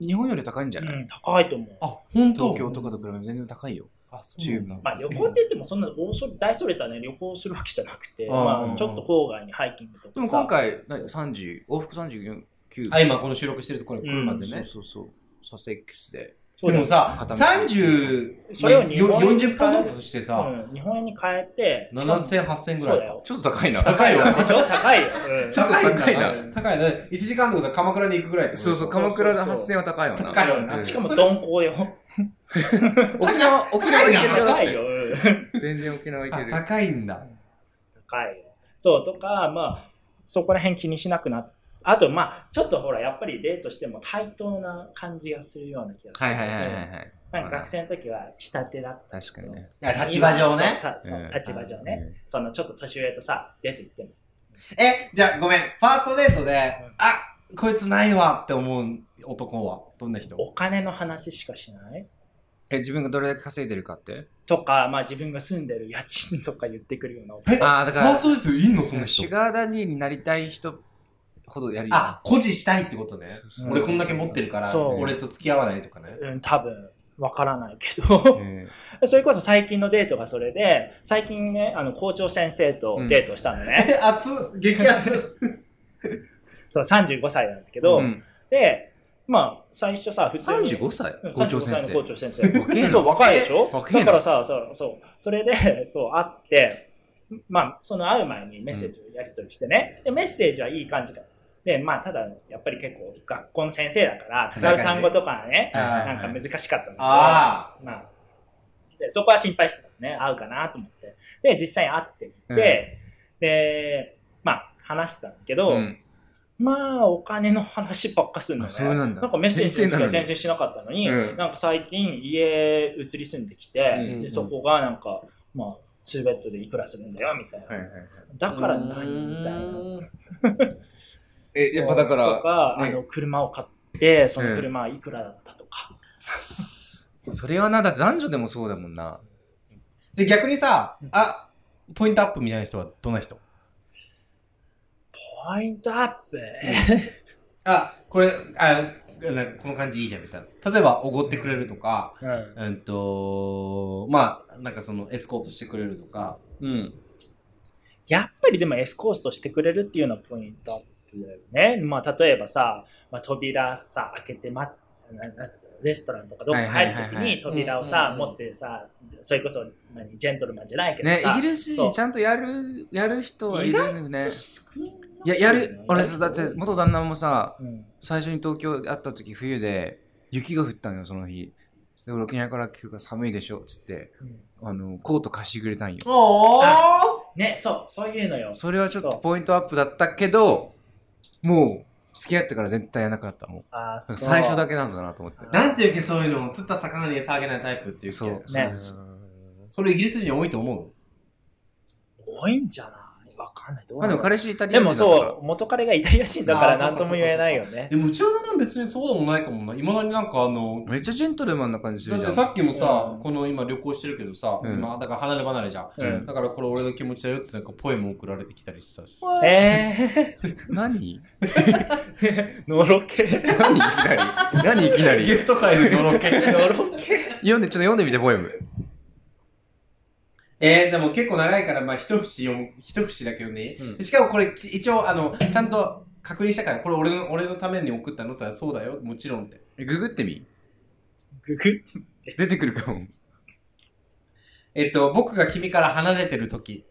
Speaker 2: 日本より高いんじゃない、
Speaker 3: うん、高いと思う
Speaker 1: あ、本当
Speaker 2: 東京とかと比べて全然高いよ。
Speaker 1: あ、そうなんだ
Speaker 3: まあ、旅行って言ってもそんな大そ大それた、ね、旅行するわけじゃなくて、
Speaker 1: うん
Speaker 3: まあ、ちょっと郊外にハイキングと
Speaker 2: で
Speaker 3: か
Speaker 2: も
Speaker 3: さ
Speaker 2: 今回、何30、往復39。
Speaker 1: あ、今この収録してるところに車
Speaker 2: ま
Speaker 1: で
Speaker 2: で
Speaker 1: ね。
Speaker 2: ね、そうそうそう、サセックスで。
Speaker 3: そう
Speaker 1: でもさ、
Speaker 2: 片道
Speaker 1: 30、
Speaker 3: それを日本円に
Speaker 1: 40本だとして
Speaker 3: う
Speaker 1: さ、
Speaker 3: ん、日本円に変えてしかも
Speaker 1: 7000、8000ぐ
Speaker 3: そ
Speaker 1: ら
Speaker 3: う
Speaker 1: いか。
Speaker 3: だよ
Speaker 2: ちょっと高いな。
Speaker 1: 高いわ。
Speaker 3: でしょ高いよ、うん
Speaker 2: ちょっと高いな
Speaker 1: 高いな。高いな。1時間ってことは鎌倉に行くぐらいってこと
Speaker 2: そうそう、鎌倉で8000は高いよな。
Speaker 1: 高いよ
Speaker 2: う
Speaker 1: な。
Speaker 2: ん
Speaker 3: しかも鈍行よ
Speaker 2: 沖縄、沖縄行けるよ。
Speaker 3: 高いよ、うん
Speaker 2: 全然沖縄行け
Speaker 1: あ
Speaker 2: る。
Speaker 1: 高いんだ。
Speaker 3: 高いよそうとかまあそこら辺気にしなくなっあとまあちょっとほらやっぱりデートしても対等な感じがするような気がす
Speaker 2: は
Speaker 3: る、
Speaker 2: いはいはいはいはい。
Speaker 3: なんか学生の時は下手だった
Speaker 2: 確かにね。
Speaker 1: いや立場上ね。
Speaker 3: そうそうそう
Speaker 2: うん
Speaker 3: 立場上ね、そのちょっと年上とさ、デート行っても。
Speaker 1: え、じゃあごめん。ファーストデートで、あ、こいつないわって思う男は、どんな人
Speaker 3: お金の話しかしない
Speaker 2: え、自分がどれだけ稼いでるかって。
Speaker 3: とか、まあ自分が住んでる家賃とか言ってくるような男。
Speaker 1: え
Speaker 2: ああ、だか
Speaker 1: ファー
Speaker 2: ら
Speaker 1: ス、トデートいんのそんな
Speaker 2: シュ
Speaker 1: 人。
Speaker 2: ガーダディになりたい人ほどやり
Speaker 1: あ、誇示したいってことね。
Speaker 2: そう
Speaker 1: 俺こんだけ持ってるから、
Speaker 3: そう
Speaker 1: 俺と付き合わないとかね。
Speaker 3: うん、多分、わからないけど。
Speaker 2: え
Speaker 3: それこそ最近のデートがそれで、最近ね、あの、校長先生とデートしたのね。
Speaker 1: え、熱っ激熱
Speaker 3: そう、35歳なんだけ
Speaker 2: ー
Speaker 3: ど、
Speaker 2: うん、
Speaker 3: で、まあ、最初さ、普通に。
Speaker 2: 35歳
Speaker 3: うん
Speaker 2: 校長
Speaker 3: 35歳
Speaker 2: 先
Speaker 3: の
Speaker 2: 生
Speaker 3: 校長先生。
Speaker 2: 若えな
Speaker 3: そう、若いでしょ
Speaker 2: 若えな
Speaker 3: だからさ、そう、そう、それで、 そう、会って、まあ、その会う前にメッセージをやり取りしてね。で、メッセージはいい感じか。で、まあ、ただ、やっぱり結構、学校の先生だから、使う単語とかね、
Speaker 1: はいはいはい
Speaker 3: なんか難しかったんだけど、
Speaker 1: あ
Speaker 3: まあ、でそこは心配してたのね、会うかなと思って。で、実際に会ってみて、で、まあ、話したんだけど、
Speaker 2: うん
Speaker 3: まあ、お金の話ばっかするのね。
Speaker 2: あそうなんだ
Speaker 3: かメッセー
Speaker 2: 先生
Speaker 3: ジとか
Speaker 2: なのに
Speaker 3: 全然しなかったのに、
Speaker 2: うん
Speaker 3: なんか最近家移り住んできて、
Speaker 2: うん
Speaker 3: でそこがなんか、まあ、2ベッドでいくらするんだよ、みたいな。
Speaker 2: はいはいはい
Speaker 3: だ
Speaker 1: あ。
Speaker 3: から何みたいな。
Speaker 2: え、やっぱだか、、
Speaker 3: とからあ
Speaker 2: ね
Speaker 3: の、車を買って、その車はいくらだったとか。
Speaker 2: それはな、だって男女でもそうだもんな。
Speaker 1: で、逆にさ、あ、ポイントアップみたいな人はどんな人
Speaker 3: ポイントアップ、
Speaker 1: あ、これ、あ、なんかこの感じいいじゃんみたいな。例えば、おごってくれるとか、
Speaker 3: うん
Speaker 1: うんと、まあ、なんかその、エスコートしてくれるとか。
Speaker 2: うん。
Speaker 3: やっぱりでもエスコートしてくれるっていうのはポイントアップだよね。まあ、例えばさ、まあ、扉さ、開けて待って、ななんつうのレストランとかどっか入るとき
Speaker 2: はいはいはいはい
Speaker 3: に扉を
Speaker 1: うん
Speaker 3: さ、
Speaker 1: うんうん
Speaker 3: 持ってさ、それこそ何ジェントルマンじゃないけど
Speaker 2: ね、
Speaker 3: さ、
Speaker 2: イギリス
Speaker 3: そう
Speaker 2: 人ちゃんとやる、やる人はいるよね
Speaker 3: ちょっ。と少ない
Speaker 2: いや、やる、俺、だって元旦那もさ、
Speaker 3: うん
Speaker 2: 最初に東京で会った時冬で、雪が降ったのよ、その日。で、俺沖縄から来るから寒いでしょ、つって、
Speaker 3: うん
Speaker 2: あの、コート貸してくれたんよ。
Speaker 1: お
Speaker 3: ね、そう、そういうのよ。
Speaker 2: それはちょっ
Speaker 3: そ
Speaker 2: と
Speaker 3: う
Speaker 2: ポイントアップだったけど、もう、付き合ってから絶対やらなかったもん。
Speaker 3: あーそう
Speaker 2: 最初だけなんだなと思って。
Speaker 1: なんていうけ、そういうの。釣った魚に餌あげないタイプっていうけ。
Speaker 2: そう、
Speaker 3: ね
Speaker 2: そう
Speaker 1: それイギリス人多いと思う
Speaker 3: 多いんじゃないわかんない。どう
Speaker 2: まあ
Speaker 3: な
Speaker 2: で
Speaker 3: の
Speaker 2: も彼氏イタリ
Speaker 3: で
Speaker 2: ア人だ
Speaker 3: も
Speaker 2: ったから。
Speaker 3: そう、元彼がイタリア人だか
Speaker 1: あ
Speaker 3: ら
Speaker 1: ーそうか
Speaker 3: 何とも言えないよね。
Speaker 1: でも、うちの旦那別にそうでもないかもな。いまだになんかあの、
Speaker 2: めっちゃジェントルマンな感じす
Speaker 1: だ
Speaker 2: る
Speaker 1: っ
Speaker 2: じゃ
Speaker 1: て
Speaker 2: ん。
Speaker 1: さっきもさ、
Speaker 3: うん
Speaker 1: この今旅行してるけどさ、
Speaker 2: うん
Speaker 1: 今、だから離れ離れじゃん。
Speaker 3: うん
Speaker 1: だからこれ俺の気持ちだよってなんかポエム送られてきたりしたし。
Speaker 3: え
Speaker 2: 何
Speaker 3: ー、 のろけ。
Speaker 2: 何いきなり何いきなり
Speaker 1: ゲスト会で のろけ。
Speaker 3: のろけ。
Speaker 2: 読んで、ちょっと読んでみて、ポエム。
Speaker 1: えー、でも結構長いから、まあ、一節読む、一節だけどね。
Speaker 2: うん
Speaker 1: でしかもこれ、き一応、あの、ちゃんと確認したから、これ俺の、俺のために送ったのさ、そうだよ、もちろんって。
Speaker 2: ググってみ。
Speaker 3: ググって
Speaker 2: 出てくるかも。
Speaker 1: えっと、僕が君から離れてる時。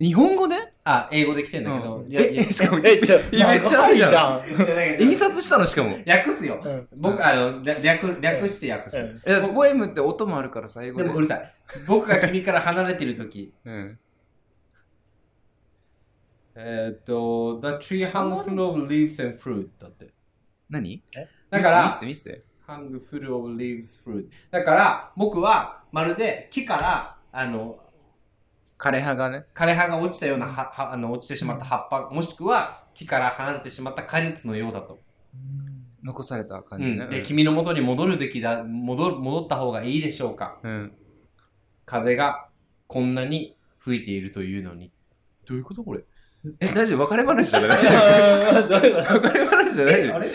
Speaker 2: 日本語で
Speaker 1: あ、英語で来てんだけど。
Speaker 2: う
Speaker 1: いや、いや、
Speaker 2: しかも、
Speaker 3: え、 ちょ、
Speaker 2: いやめっちゃあるじゃん
Speaker 3: 長い
Speaker 2: 印刷したのしかも。
Speaker 1: 略すよ。
Speaker 3: じゃん。うん
Speaker 1: 僕、あの、略、略略して訳す。
Speaker 3: うん
Speaker 2: え、だってポエムって音もあるからさ、英語
Speaker 1: で
Speaker 2: で。
Speaker 1: もうるさい。僕が君から離れてる時。
Speaker 2: うん。
Speaker 1: えーっと、The tree hung full of leaves and fruit だって。
Speaker 2: 何
Speaker 1: だから
Speaker 2: 見せ、て見せて。
Speaker 1: hung full of leaves fruit。だから、僕はまるで木から、あの、
Speaker 2: 枯葉がね。
Speaker 1: 枯れ葉が落ちたようなは、はあの落ちてしまった葉っぱ、もしくは木から離れてしまった果実のようだと。
Speaker 2: 残された感
Speaker 1: う
Speaker 2: じね。
Speaker 1: ん、で、君の元に戻るべきだ、戻る戻った方がいいでしょうか。
Speaker 2: うん。
Speaker 1: 風がこんなに吹いているというのに。どういうことこれ
Speaker 2: え、大丈夫別れ話じゃない
Speaker 3: どういうこ
Speaker 2: 別れ話じゃないよ
Speaker 1: れ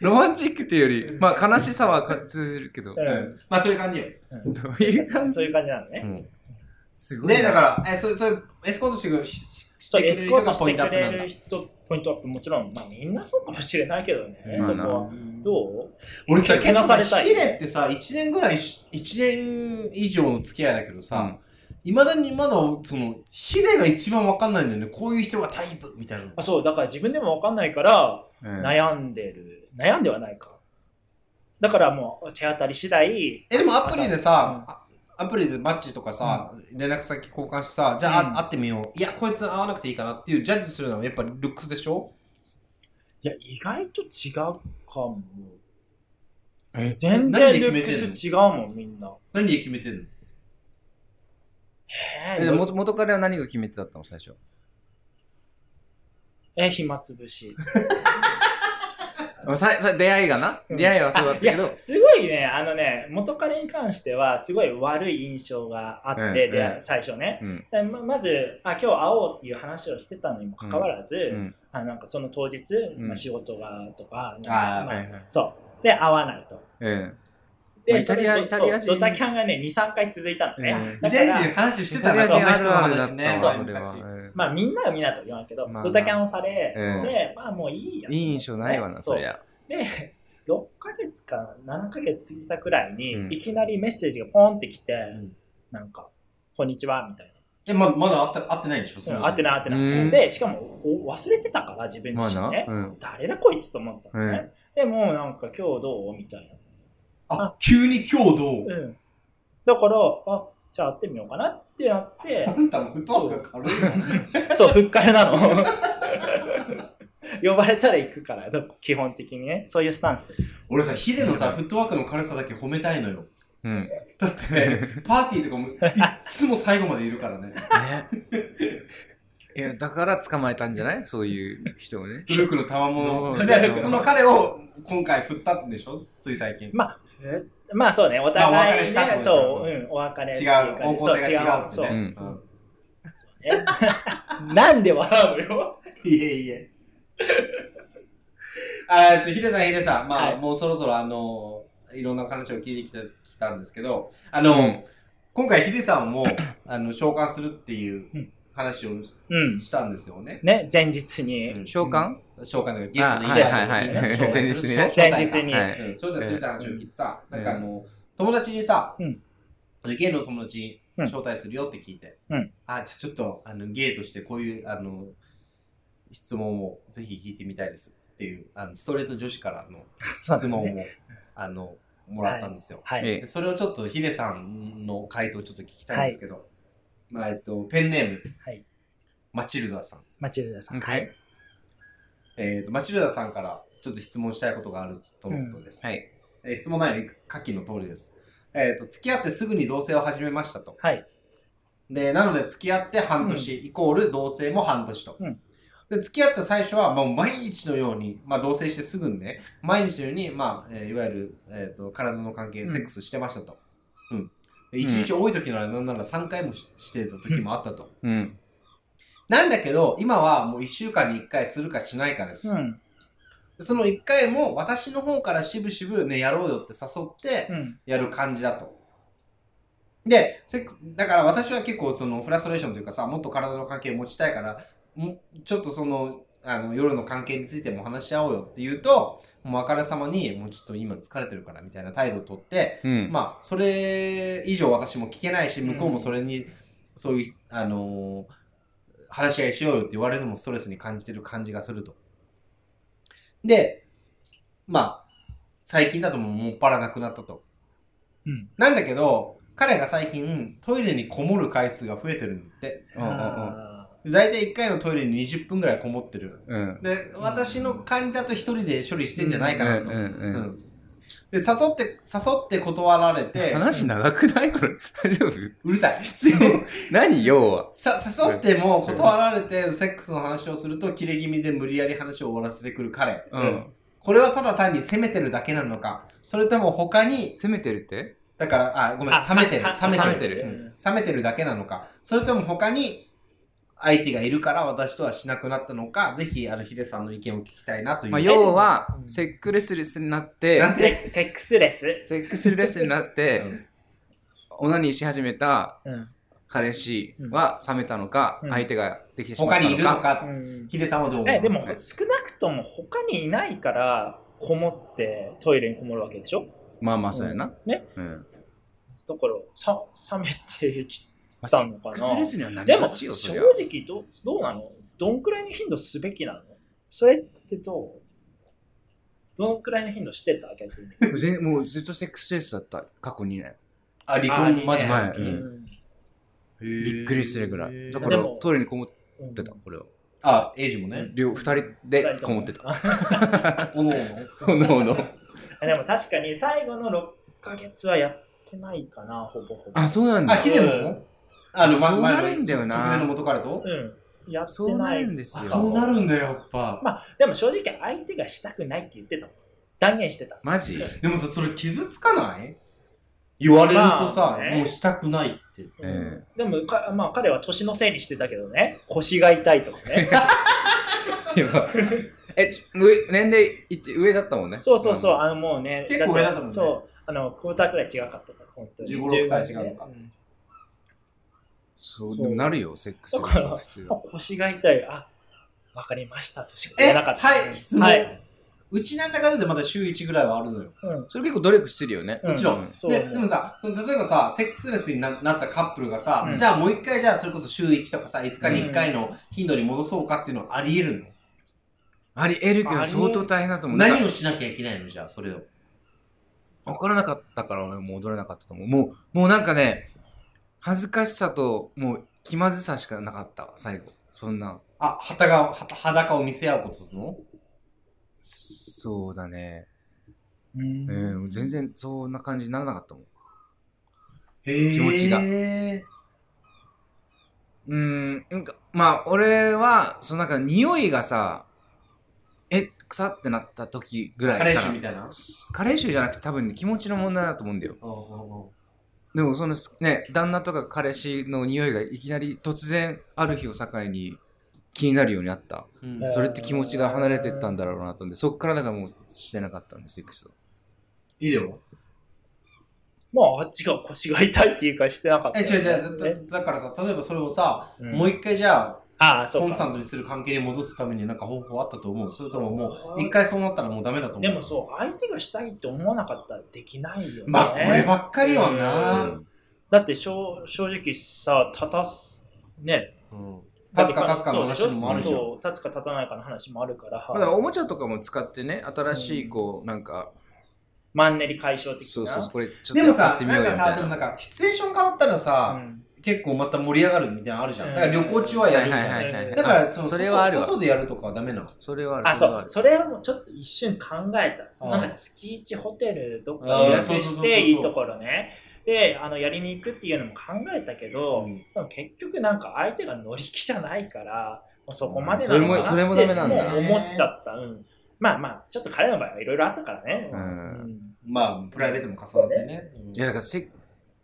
Speaker 2: ロマンチックっていうより、まあ悲しさは感じる けど。
Speaker 3: とうん
Speaker 1: まあそういう感じよ。
Speaker 2: どういう感じ
Speaker 3: そういう感じなのね。
Speaker 2: すごい
Speaker 1: で、
Speaker 2: な。
Speaker 1: だから、えそうそういうエスコートしてくれるししし
Speaker 3: そう、
Speaker 1: て
Speaker 3: エ
Speaker 1: くれ
Speaker 3: ス
Speaker 1: る
Speaker 3: コー
Speaker 1: 人
Speaker 3: ト
Speaker 1: が
Speaker 3: し
Speaker 1: ポイ
Speaker 3: て
Speaker 1: ントアップな
Speaker 3: く
Speaker 1: ん
Speaker 3: れ
Speaker 1: だ
Speaker 3: る。人、ポイントアップ、もちろん、まあみんなそうかもしれないけどね
Speaker 2: う、ん
Speaker 3: そこ
Speaker 2: ま
Speaker 3: は。どう
Speaker 1: 俺さ、
Speaker 3: け
Speaker 1: 結
Speaker 3: な
Speaker 1: 構
Speaker 3: さ
Speaker 1: さ、
Speaker 3: れたい
Speaker 1: ヒレってさ、1年ぐらいし、1年以上の付き合いだけどさ、いまだにまだ、その、ヒレが一番わかんないんだよね。こういう人がタイプみたいなの
Speaker 3: あ。そう、だから自分でもわかんないから、
Speaker 2: うん
Speaker 3: 悩んでる。悩んではないか。だからもう、手当たり次第、
Speaker 1: え、でもアプリでさ、あアプリでマッチとかさ、連絡先交換してさ、じゃあ、
Speaker 3: うん
Speaker 1: あ会ってみよう。いや、こいつ会わなくていいかなっていうジャッジするのはやっぱルックスでしょ
Speaker 3: いや、意外と違うかも。
Speaker 2: え
Speaker 3: 全
Speaker 1: 何で
Speaker 3: 然
Speaker 1: 決
Speaker 3: ル
Speaker 1: め
Speaker 3: ッ
Speaker 1: て
Speaker 3: ク
Speaker 1: んの
Speaker 3: ス違うもん、みんな。
Speaker 1: 何で決めてんの
Speaker 3: え
Speaker 2: えでも元彼は何が決めてだったの最初。
Speaker 3: え、暇つぶし。
Speaker 2: ささ出会いがな、
Speaker 3: うん
Speaker 2: 出会いはそうだった
Speaker 3: い
Speaker 2: けど
Speaker 3: や、すごいね、あのね、元彼に関しては、すごい悪い印象があって、
Speaker 2: うん
Speaker 3: で
Speaker 2: う、ん
Speaker 3: 最初ね。
Speaker 2: うん
Speaker 3: でままずあ、今日会おうっていう話をしてたのにもかかわらず、
Speaker 2: うん
Speaker 3: あなんかその当日、
Speaker 2: うん
Speaker 3: まあ、仕事がとか、なん
Speaker 1: あー
Speaker 3: かま
Speaker 1: は
Speaker 3: あ
Speaker 1: いはい。
Speaker 3: そう。で、会わないと。
Speaker 2: うんまあ
Speaker 3: で、
Speaker 2: イタリア
Speaker 3: それと
Speaker 2: イタリア人
Speaker 3: そうドタキャンがね、2、3回続いたのね。
Speaker 2: うん
Speaker 1: イタリア人の話してた
Speaker 2: イ
Speaker 1: ら、
Speaker 2: タ
Speaker 1: そん
Speaker 2: リア
Speaker 1: な
Speaker 2: 人
Speaker 1: 人の
Speaker 2: あるあるだ
Speaker 1: 話
Speaker 2: っ
Speaker 1: ね。
Speaker 2: た
Speaker 3: そ
Speaker 2: わ
Speaker 3: う
Speaker 2: それは
Speaker 1: 昔
Speaker 2: うん
Speaker 3: まあみんなはみんなとは言わんけど、
Speaker 2: まあまあ
Speaker 3: ドタキャンをされ、
Speaker 2: うん
Speaker 3: で、まあもういいやと
Speaker 2: いい印象ないわな
Speaker 3: ね
Speaker 2: そり
Speaker 3: う
Speaker 2: ゃ
Speaker 3: で、6ヶ月か7ヶ月過ぎたくらいに、
Speaker 2: うん
Speaker 3: いきなりメッセージがポンってきて、
Speaker 1: ん
Speaker 3: なんか、こんにちは、みたい
Speaker 1: え、ままだ会った会ってないんでしょそ
Speaker 3: な。
Speaker 1: の
Speaker 3: うん、合ってない合ってな
Speaker 2: う
Speaker 3: い。
Speaker 2: ん
Speaker 3: で、しかもお忘れてたから、自分
Speaker 2: まあ
Speaker 3: 自身
Speaker 2: な
Speaker 3: ね。
Speaker 2: うん
Speaker 3: 誰だこいつと思ったのね。でも、なんか今日どうみたいな。
Speaker 1: あ、急に今日どう
Speaker 3: うん。だから、あ、じゃあ会ってみようかなってなって
Speaker 1: あ、んたも布団が軽いな。
Speaker 3: そう、ふっかれなの。 呼ばれたら行くから、どこ基本的にね。そういうスタンス。
Speaker 1: 俺さ、ヒデのさ、フットワークの軽さだけ褒めたいのよ。
Speaker 2: うん
Speaker 1: だってね、パーティーとかもいっつも最後までいるからね。
Speaker 2: いやだから捕まえたんじゃないそういう人を ね
Speaker 1: 努力の賜物
Speaker 2: うん
Speaker 1: で、その彼を今回振ったんでしょつい最近。
Speaker 3: まあ、えまあそうね、お互い、ね
Speaker 1: まあお別れしたってことでし
Speaker 3: そ
Speaker 1: ょ
Speaker 3: う、うん、お別れって
Speaker 1: 違、
Speaker 3: いうかね
Speaker 1: 方向
Speaker 3: そう
Speaker 1: 性が違うって
Speaker 3: そう
Speaker 1: ね。
Speaker 3: そうう、
Speaker 1: ん
Speaker 3: ね なんで笑うのよ。
Speaker 1: いえいえ。 あえっと、ヒデさん、ヒデさん、まあ、
Speaker 3: はい
Speaker 1: もうそろそろあの、いろんな話を聞いてきたきたんですけど、あの、
Speaker 2: うん
Speaker 1: 今回ヒデさんも、あの、召喚するっていう
Speaker 3: うん
Speaker 1: 話を
Speaker 3: うん。
Speaker 1: したんですよね。
Speaker 3: ね、前日に。
Speaker 2: 召喚
Speaker 1: 召喚という
Speaker 2: あ
Speaker 1: か、ゲスト
Speaker 2: はい
Speaker 1: で
Speaker 2: はいはい
Speaker 1: ゲスト
Speaker 2: 前日にね
Speaker 1: そう
Speaker 3: 前日に。
Speaker 2: はい
Speaker 1: うんそうだよ、そうだ話を聞いてさ、
Speaker 2: うん
Speaker 1: なんかあの、友達にさ、
Speaker 3: うん
Speaker 1: ゲイの友達
Speaker 3: うん
Speaker 1: 招待するよって聞いて、
Speaker 3: うん
Speaker 1: あ、ちょちょっと、あの、ゲイとしてこういう、あの、質問をぜひ聞いてみたいですっていう、あの、ストレート女子からの
Speaker 3: そうだ
Speaker 1: 質
Speaker 3: ね
Speaker 1: 問を、あの、もらったんですよ。
Speaker 3: はい。
Speaker 2: え
Speaker 1: でそれをちょっとヒデさんの回答をちょっと聞きたいんですけど、まあ、えっと、ペンネーム、
Speaker 3: はい
Speaker 1: マチルダさん。
Speaker 3: マチルダさん。
Speaker 2: Okay
Speaker 3: はい。
Speaker 1: えっと、マチルダさんからちょっと質問したいことがあるとのことです。
Speaker 2: はい
Speaker 1: えー質問内容、下記の通りです。えっ、と、付き合ってすぐに同棲を始めましたと。
Speaker 3: はい。
Speaker 1: で、なので、付き合って半年、イコール同棲も半年と。
Speaker 3: うん
Speaker 1: で、付き合った最初は、もう毎日のように、まあ、同棲してすぐにね、毎日のように、まあ、えーいわゆる、えっ、と、体の関係、
Speaker 3: うん
Speaker 1: セックスしてましたと。うん。で1日多い時なら、なんなら3回もししてた時もあったと。
Speaker 2: うん
Speaker 1: なんだけど、今はもう1週間に1回するかしないかです。
Speaker 3: うん。
Speaker 1: でその1回も、私の方からしぶしぶね、やろうよって誘って、
Speaker 3: うん。
Speaker 1: やる感じだと。で、セックスだから私は結構そのフラストレーションというかさ、もっと体の関係を持ちたいから、もちょっとその、あの、夜の関係についても話し合おうよって言うと、もうあからさまに、もうちょっと今疲れてるからみたいな態度をとって、
Speaker 2: うん
Speaker 1: まあ、それ以上私も聞けないし、向こうもそれに、そういう、あのー話し合いしようよって言われるのもストレスに感じてる感じがすると。で、まあ、最近だともうもっぱらなくなったと。
Speaker 3: うん。
Speaker 1: なんだけど、彼が最近トイレにこもる回数が増えてるんだって。
Speaker 2: うんうんうん
Speaker 3: あ
Speaker 1: で大体1回のトイレに20分ぐらいこもってる。
Speaker 2: うん
Speaker 1: で、私の感じだと1人で処理してんじゃないかなと。
Speaker 2: うんうんうん
Speaker 1: うんで、誘って、誘って断られて、
Speaker 2: 話長くないこれ大丈夫
Speaker 1: うるさい。必要。
Speaker 2: 何要は
Speaker 1: さ、誘っても断られて、セックスの話をすると、切れ気味で無理やり話を終わらせてくる彼。
Speaker 2: うん
Speaker 1: これはただ単に責めてるだけなのか、それとも他に
Speaker 2: 攻めてるって
Speaker 1: だから、あ、ごめん、
Speaker 3: あ
Speaker 1: 冷めてる。
Speaker 3: かか
Speaker 1: 冷めてる。
Speaker 2: 冷めてる
Speaker 1: うん冷めてるだけなのか。それとも他に相手がいるから私とはしなくなったのか、ぜひ、あの、ヒデさんの意見を聞きたいなという。
Speaker 2: まあ要は
Speaker 3: うん
Speaker 2: セックレスレスになって
Speaker 1: なん
Speaker 3: ーセセックスレス。
Speaker 2: セックスレスになって
Speaker 1: うん
Speaker 2: オナニーし始めた
Speaker 3: うん。
Speaker 2: 彼氏は冷めたのか
Speaker 3: うん
Speaker 2: 相手ができてしまった
Speaker 1: 他
Speaker 2: のか
Speaker 1: にいるのか、
Speaker 3: うん
Speaker 1: ヒデさんはどう思う
Speaker 3: え、でも少なくとも他にいないから、こもってトイレにこもるわけでしょ
Speaker 2: まあまあそうやな
Speaker 3: ね
Speaker 2: うん
Speaker 3: だから、さ、冷めてき
Speaker 2: まあセ
Speaker 3: たの
Speaker 2: ッ
Speaker 3: かな
Speaker 2: クスレスにはな
Speaker 3: で
Speaker 2: りが
Speaker 3: も
Speaker 2: ち
Speaker 3: 正
Speaker 2: よそりゃ
Speaker 3: 直どどうなのどんくらいの頻度すべきなのそれってどうどんくらいの頻度してた逆に。
Speaker 2: ぜもうずっとセックスレスだった過去2年
Speaker 1: あ、離
Speaker 3: あ
Speaker 1: 婚マジ
Speaker 2: はい
Speaker 1: で。うん
Speaker 2: びっくりするぐらいだか
Speaker 3: で
Speaker 2: ら
Speaker 3: も
Speaker 2: トイレにこもっ
Speaker 3: うん
Speaker 2: てた俺は
Speaker 1: あ、エイジもね。
Speaker 2: 両二人でこもって た。
Speaker 3: た。
Speaker 1: おのおの。
Speaker 2: おのおの
Speaker 3: でも確かに最後の6ヶ月はやってないかな、ほぼほぼ。
Speaker 2: あそうなん
Speaker 1: あ、
Speaker 2: だ
Speaker 1: ヒデもあの、ま
Speaker 2: そうな
Speaker 1: 前
Speaker 2: るんだよ
Speaker 1: の
Speaker 2: な
Speaker 1: 特命の元彼と
Speaker 3: うん。やって
Speaker 2: そうな
Speaker 3: ない
Speaker 2: るんです
Speaker 1: そ
Speaker 2: よ
Speaker 1: うなるんだよ、やっぱ。
Speaker 3: まあでも正直相手がしたくないって言ってたもん断言してた
Speaker 2: マジ
Speaker 1: でもさ、それ傷つかない言われるとさ、
Speaker 3: まあね
Speaker 1: もうしたくないって。
Speaker 2: え
Speaker 3: でもか、まあ、彼は年のせいにしてたけどね腰が痛いとかね
Speaker 2: いや えち上年齢いって上だったもんね
Speaker 3: そうそうそう
Speaker 2: あ
Speaker 3: あのもうね
Speaker 1: 結構上だったもんね
Speaker 3: ってそうあのクォーターくらい違かったから本当に
Speaker 1: 15 16歳違うのか
Speaker 3: ん
Speaker 2: そう
Speaker 3: そう
Speaker 2: でもなるよセックス
Speaker 3: だから
Speaker 2: 普通
Speaker 3: まあ腰が痛いあわかりましたとしか言
Speaker 1: え、
Speaker 3: えなかった
Speaker 1: はい、質問。
Speaker 3: はい、
Speaker 1: うちなんだかんだでまだ週1ぐらいはあるのよ。
Speaker 3: うん
Speaker 2: それ結構努力してるよね
Speaker 3: うん
Speaker 1: もちろん
Speaker 2: う
Speaker 3: そう
Speaker 1: ででもさ、その例えばさ、セックスレスにななったカップルがさ、
Speaker 3: うん
Speaker 1: じゃあもう一回、じゃあそれこそ週1とかさ、5日に1回の頻度に戻そうかっていうのはあり得るの、
Speaker 2: ありえるけ
Speaker 3: あ
Speaker 2: ど
Speaker 3: り
Speaker 2: 相当大変だと思う
Speaker 1: 何をしなきゃいけないのじゃあ、それを。
Speaker 2: 分からなかったから俺も踊れなかったと思うもうもうなんかね恥ずかしさともう気まずさしかなかったわ最後そんな
Speaker 1: あ、裸が、は裸を見せ合うこととの
Speaker 2: そうだね
Speaker 3: うん
Speaker 2: うん全然そんな感じにならなかったもん
Speaker 1: 気
Speaker 2: 持ちが
Speaker 1: え
Speaker 2: うーん、なんか、まあ、俺は、そのなんか、匂いがさ、え、臭ってなった時ぐらい
Speaker 1: カレー酒みたいな。
Speaker 2: カレー臭じゃなくて多分ね気持ちの問題だと思うんだよ。でも、その、すね、旦那とか彼氏の匂いがいきなり突然、ある日を境に気になるようになった。
Speaker 1: うん
Speaker 2: それって気持ちが離れてったんだろうなと思って、そっからだからもうしてなかったんです、セックスを。
Speaker 1: いいよ。
Speaker 3: まああっちが腰が痛いっていうかしてなかった
Speaker 1: え、
Speaker 3: よね、
Speaker 1: 違う違うだ
Speaker 3: ね
Speaker 1: だ。だからさ、例えばそれをさ、
Speaker 3: うん
Speaker 1: もう一回じゃあ、
Speaker 3: ああそ
Speaker 1: コ
Speaker 3: う
Speaker 1: ンスタ
Speaker 3: か
Speaker 1: ントにする関係に戻すためになんか方法あったと思うそれともも
Speaker 3: あ
Speaker 1: う、
Speaker 3: ー
Speaker 1: 一回そうなったらもうダメだと思う
Speaker 3: でもそう相手がしたいと思わなかったらできないよね、
Speaker 1: まあ、こればっかりはな。
Speaker 3: だって正正直さ立たすね
Speaker 1: うん。立つか立つかの話もあるじゃん。
Speaker 3: そう立つか立たないかの話もあるから、
Speaker 2: まあ、だからおもちゃとかも使ってね、新しい、こう、なんか、
Speaker 3: マンネリ解消的な
Speaker 2: そうそうそう、これちょっと
Speaker 1: でも
Speaker 2: や
Speaker 1: さ
Speaker 2: っ、てみ
Speaker 1: な
Speaker 2: よ
Speaker 1: ん
Speaker 2: うよ
Speaker 1: か
Speaker 2: み
Speaker 1: さ、
Speaker 2: たい
Speaker 1: で
Speaker 2: な
Speaker 1: もなんか、シチュエーション変わったら
Speaker 3: う
Speaker 1: さ、
Speaker 3: ん
Speaker 1: 結構また盛り上がるみたいなのあるじゃん。
Speaker 3: うん
Speaker 1: だから旅行中はやるみたい
Speaker 2: はいはいはいはい
Speaker 1: な。だから、その
Speaker 2: あそれはあるわ
Speaker 1: 外外でやるとかはダメなの。
Speaker 2: それはある。れ
Speaker 3: あ
Speaker 2: は
Speaker 3: そ
Speaker 2: る
Speaker 3: うそれをちょっと一瞬考えた
Speaker 1: ああ
Speaker 3: なんか月一ホテルどっか予約
Speaker 1: ああそうそうそう
Speaker 3: し
Speaker 1: そう
Speaker 3: ていいところねであのやりに行くっていうのも考えたけど、
Speaker 1: うん
Speaker 3: でも結局なんか相手が乗り気じゃないからもうそこまで
Speaker 2: それ
Speaker 3: なの
Speaker 2: も
Speaker 3: かなって
Speaker 2: それもダメなんだ
Speaker 3: もう思っちゃった、うん、まあまあちょっと彼の場合はいろいろあったからね、
Speaker 2: うん
Speaker 1: まあ、プライベートも重なってね。うん
Speaker 2: いやだからセッ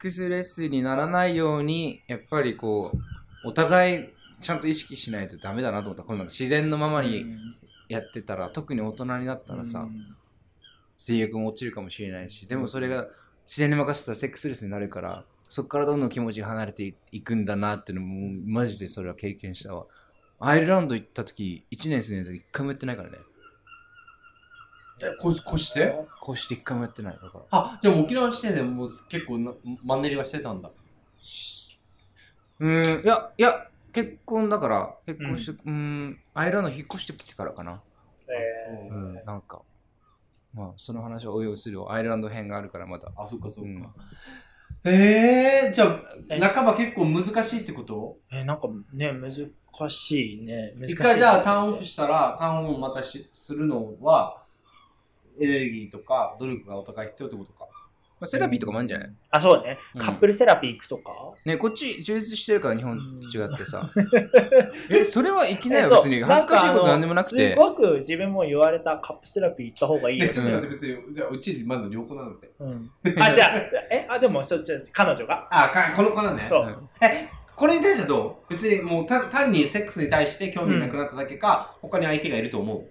Speaker 2: クスレスにならないようにやっぱりこうお互いちゃんと意識しないとダメだなと思ったこのなんか自然のままにやってたら、特に大人になったらさ、性欲も落ちるかもしれないしでもそれが自然に任せたらセックスレスになるからそこからどんどん気持ちが離れていくんだなっていうのももうマジでそれは経験したわアイルランド行った時1年住んでた時1回もやってないからね
Speaker 1: ここして
Speaker 2: こうして1回もやってないだから
Speaker 1: あ、じゃあもう沖縄の時点でもう結構なマンネリはしてたんだ。
Speaker 2: うーん、いや、いや、結婚だから、結婚して、うーん、アイルランド引っ越してきてからかな。
Speaker 3: え
Speaker 1: あ
Speaker 2: う、
Speaker 1: そうん
Speaker 2: なんか、まあ、その話は応用するよ。アイルランド編があるから、まだ。
Speaker 1: あ、そっかそっ
Speaker 2: うん
Speaker 1: か。ええ、じゃ
Speaker 3: え
Speaker 1: あ、半ば結構難しいってこと
Speaker 3: ーえーなんかね難しいね難しい
Speaker 1: 一回じゃあターンオフしたら、ターンオンまたしするのは、エネルギーとか努力がお互い必要ってことか。
Speaker 2: まあ、セラピーとかもあるんじゃない、
Speaker 3: あそうね
Speaker 2: うん
Speaker 3: カップルセラピー行くとか、
Speaker 2: ね、こっち充実してるから、日本と違ってさ。
Speaker 3: え
Speaker 2: え、それはいきなり
Speaker 3: そう
Speaker 2: 別に恥ずかしいことなんでもなく
Speaker 3: ん
Speaker 2: て
Speaker 3: か。あのすごく自分も言われたカップセラピー行った方がいいよ
Speaker 1: ね
Speaker 3: って
Speaker 1: ちょっと 待って、別に、じゃあうちまず良好なんだって。
Speaker 3: うんあ、じゃあ、え、あ、でも、そう、じゃあ彼女が
Speaker 1: あ、かこの子なんね。
Speaker 3: そう
Speaker 2: うん
Speaker 1: え、これに対してどう別にもうた単にセックスに対して興味なくなっただけか、他に相手がいると思う。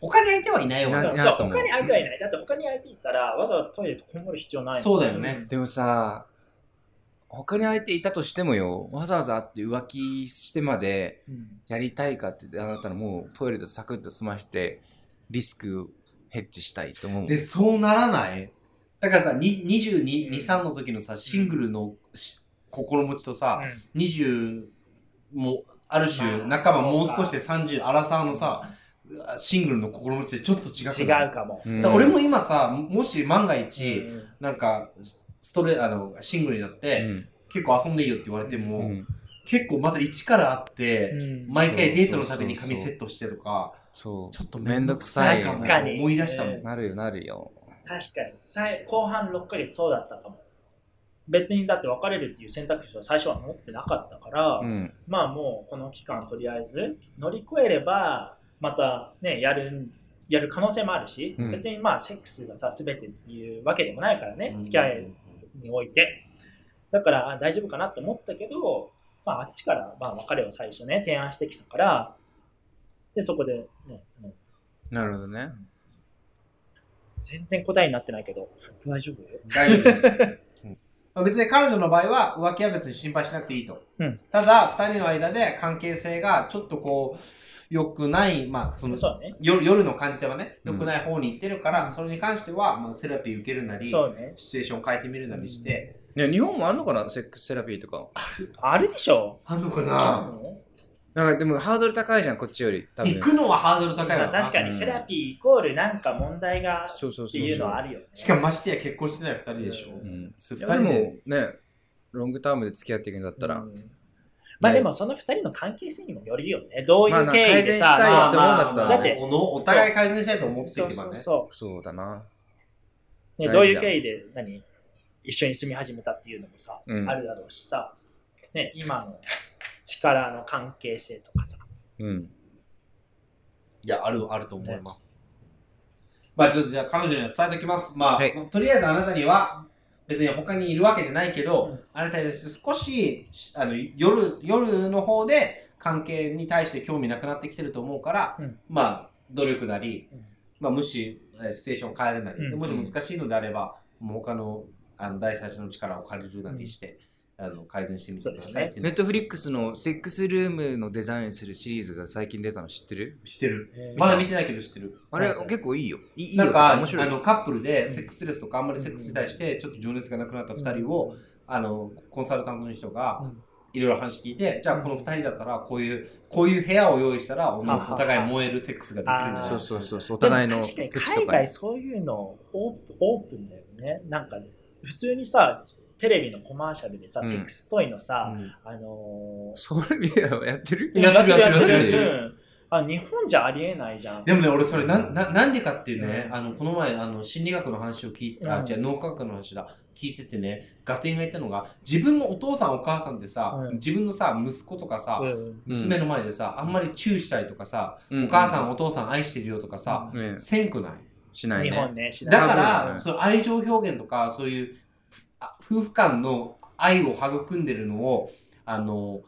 Speaker 1: 他に相手はいないよ
Speaker 2: いない
Speaker 1: ね。
Speaker 3: そう、
Speaker 2: と思う
Speaker 3: 他に相手はいない。だって他に相手いたら、わざわざトイレとこもる必要ないもん
Speaker 1: そうだよね。
Speaker 2: でもさ、他に相手いたとしてもよ、わざわざ会って浮気してまで、
Speaker 3: うん
Speaker 2: やりたいかって言ってあなたのもうトイレでサクッと済ましてリスクをヘッジしたいと思う
Speaker 1: で、そうならないだからさ、に22、3の時のさ、シングルのし心持ちとさ、
Speaker 3: うん
Speaker 1: 20もある種、
Speaker 3: まあ
Speaker 1: 半ば
Speaker 3: そうか
Speaker 1: もう少しで30、アラサーのさ、シングルの心持ちでちょっと違くない
Speaker 3: 違うかも。
Speaker 2: う
Speaker 1: だ
Speaker 2: ん
Speaker 1: から俺も今さ、もし万が一、
Speaker 3: うん
Speaker 1: なんか、ストレあのシングルになって、
Speaker 2: うん
Speaker 1: 結構遊んでいいよって言われても、
Speaker 2: うん
Speaker 1: 結構また一からあって、
Speaker 3: うん
Speaker 1: 毎回デートのたびに髪セットしてとか、
Speaker 2: そう
Speaker 1: ちょっと
Speaker 2: めんどくさいよ
Speaker 1: 確
Speaker 3: 確
Speaker 1: か
Speaker 3: か
Speaker 1: に
Speaker 3: に
Speaker 1: 思い出したもん。
Speaker 3: うん
Speaker 2: なるよなるよ
Speaker 3: 確かに。さい後半6ヶ月そうだったかも。別にだって別れるっていう選択肢を最初は持ってなかったから、
Speaker 2: うん。
Speaker 3: まあもうこの期間とりあえず乗り越えればまたねやるやる可能性もあるし、
Speaker 2: うん
Speaker 3: 別にまあセックスがさ全てっていうわけでもないからね、
Speaker 1: うん
Speaker 3: 付き合いにおいてだからあ大丈夫かなって思ったけど、まあ、あっちからまあ別れを最初ね提案してきたからでそこで、ね、もう
Speaker 2: なるほどね。
Speaker 3: 全然答えになってないけど大丈夫
Speaker 1: 大丈夫です。 まあ別に彼女の場合は浮気は別に心配しなくていいと。
Speaker 3: うん
Speaker 1: ただ、二人の間で関係性がちょっとこう、良くない、まあ、その、
Speaker 3: そうだね
Speaker 1: 夜夜の感じではね、
Speaker 2: うん
Speaker 1: 良くない方に行ってるから、それに関しては、まあ、セラピー受けるなり、シチ
Speaker 3: そうね
Speaker 1: ュエーション変えてみるなりして、
Speaker 2: ね、日本もあるのかなセックスセラピーとか。
Speaker 3: あるでしょ
Speaker 1: あんのか
Speaker 3: うん
Speaker 2: なんかでもハードル高いじゃん、こっちより。多分
Speaker 1: 行くのはハードル高い
Speaker 3: ま
Speaker 1: わ
Speaker 3: あ
Speaker 1: な。
Speaker 3: 確か
Speaker 2: う
Speaker 3: に
Speaker 2: ん
Speaker 3: セラピーイコールなんか問題が
Speaker 2: そうそうそう
Speaker 3: っ
Speaker 2: そ
Speaker 3: て
Speaker 2: う。
Speaker 3: いうのはあるよね
Speaker 1: しかもましてや結婚してない二人でしょ。
Speaker 2: う
Speaker 3: う
Speaker 1: 二
Speaker 2: んん。で
Speaker 1: 人
Speaker 2: も
Speaker 1: で。
Speaker 2: ね、ロングタームで付き合っていくんだったら、
Speaker 3: うんまあでもその2人の関係性にもよるよね。どういう経緯で
Speaker 2: まあ
Speaker 3: さ、
Speaker 2: なんか改善したいって思うんだったら
Speaker 3: そうまあ
Speaker 2: ね
Speaker 3: だって、
Speaker 1: おのお互い改善したいと思っていけ
Speaker 3: そ
Speaker 1: ば
Speaker 3: う
Speaker 1: ね。
Speaker 3: そうそ
Speaker 2: そうだな。
Speaker 3: う。ね、
Speaker 2: 大事だ
Speaker 3: どういう経緯で何一緒に住み始めたっていうのもさ、
Speaker 2: うん
Speaker 3: あるだろうしさ、ね、今の力の関係性とかさ。
Speaker 2: うん。
Speaker 1: いや、ある、あると思います。まあ、ちょっとじゃあ彼女には伝えておきます。まあ、
Speaker 2: はい
Speaker 1: とりあえずあなたには、別に他にいるわけじゃないけど、
Speaker 3: うん
Speaker 1: あなたに対して少し、しあの、夜、夜の方で関係に対して興味なくなってきてると思うから、
Speaker 3: うん
Speaker 1: まあ、努力なり、
Speaker 3: うん
Speaker 1: まあ、もし、えーステーション変えるなり、
Speaker 3: うん
Speaker 1: でもし難しいのであれば、もう他の、あの、第三者の力を借りるなりして、あの、改善してみてくださいっていうの
Speaker 2: ネ
Speaker 1: を。
Speaker 2: ットフリックスのセックスルームのデザインするシリーズが最近出たの知ってる
Speaker 1: してる。
Speaker 3: えー
Speaker 1: まだ見てないけど知ってる。
Speaker 2: あれ
Speaker 3: 何それ
Speaker 2: 結構いいよ。いいいい
Speaker 1: な
Speaker 2: よ
Speaker 1: ん
Speaker 2: とか
Speaker 1: か
Speaker 2: 面白
Speaker 1: あ
Speaker 2: い
Speaker 1: の
Speaker 2: よ。
Speaker 1: カップルでセックスレスとかあんまりセックスに対してちょっと情熱がなくなった2人を、あのコンサルタントの人が
Speaker 3: うん
Speaker 1: いろいろ話聞いて、じゃあこの2人だったらこういうこういう部屋を用意したらお
Speaker 3: はは
Speaker 1: お互い燃えるセックスができるんじゃない
Speaker 2: そうそうそうそう。お
Speaker 3: でも
Speaker 2: 互いの
Speaker 3: 確かに
Speaker 2: 口と
Speaker 3: 海
Speaker 2: か
Speaker 3: 外そういうのオープオープンだよね。なんか普通にさ、テレビのコマーシャルでさ、
Speaker 2: うん
Speaker 3: セックストイのさ、
Speaker 1: うん
Speaker 3: あのー
Speaker 2: それ見ればやってる
Speaker 1: いややってるやってる
Speaker 2: やってる
Speaker 3: うんあ、日本じゃありえないじゃん。
Speaker 1: でもね、俺それな、な、なんでかっていうね、
Speaker 3: うん
Speaker 1: あの、この前、あの、心理学の話を聞いて、
Speaker 3: う
Speaker 1: あ、
Speaker 3: ん
Speaker 1: じゃ脳科学の話だ、聞いててね、ガテンが言ったのが、自分のお父さんお母さんってさ、
Speaker 3: うん
Speaker 1: 自分のさ、息子とかさ、
Speaker 3: うん
Speaker 1: 娘の前でさ、あんまりチューしたりとかさ、
Speaker 2: うん
Speaker 1: お母さんお父さん愛してるよとかさ、
Speaker 2: ね
Speaker 1: せんくない
Speaker 2: しない
Speaker 3: 日
Speaker 2: ね
Speaker 3: 本。ね、しな
Speaker 1: だか
Speaker 3: い
Speaker 2: そうだ
Speaker 1: ら、
Speaker 2: ね
Speaker 1: その愛情表現とか、そういうふあ夫婦間の愛を育んでるのを、あの、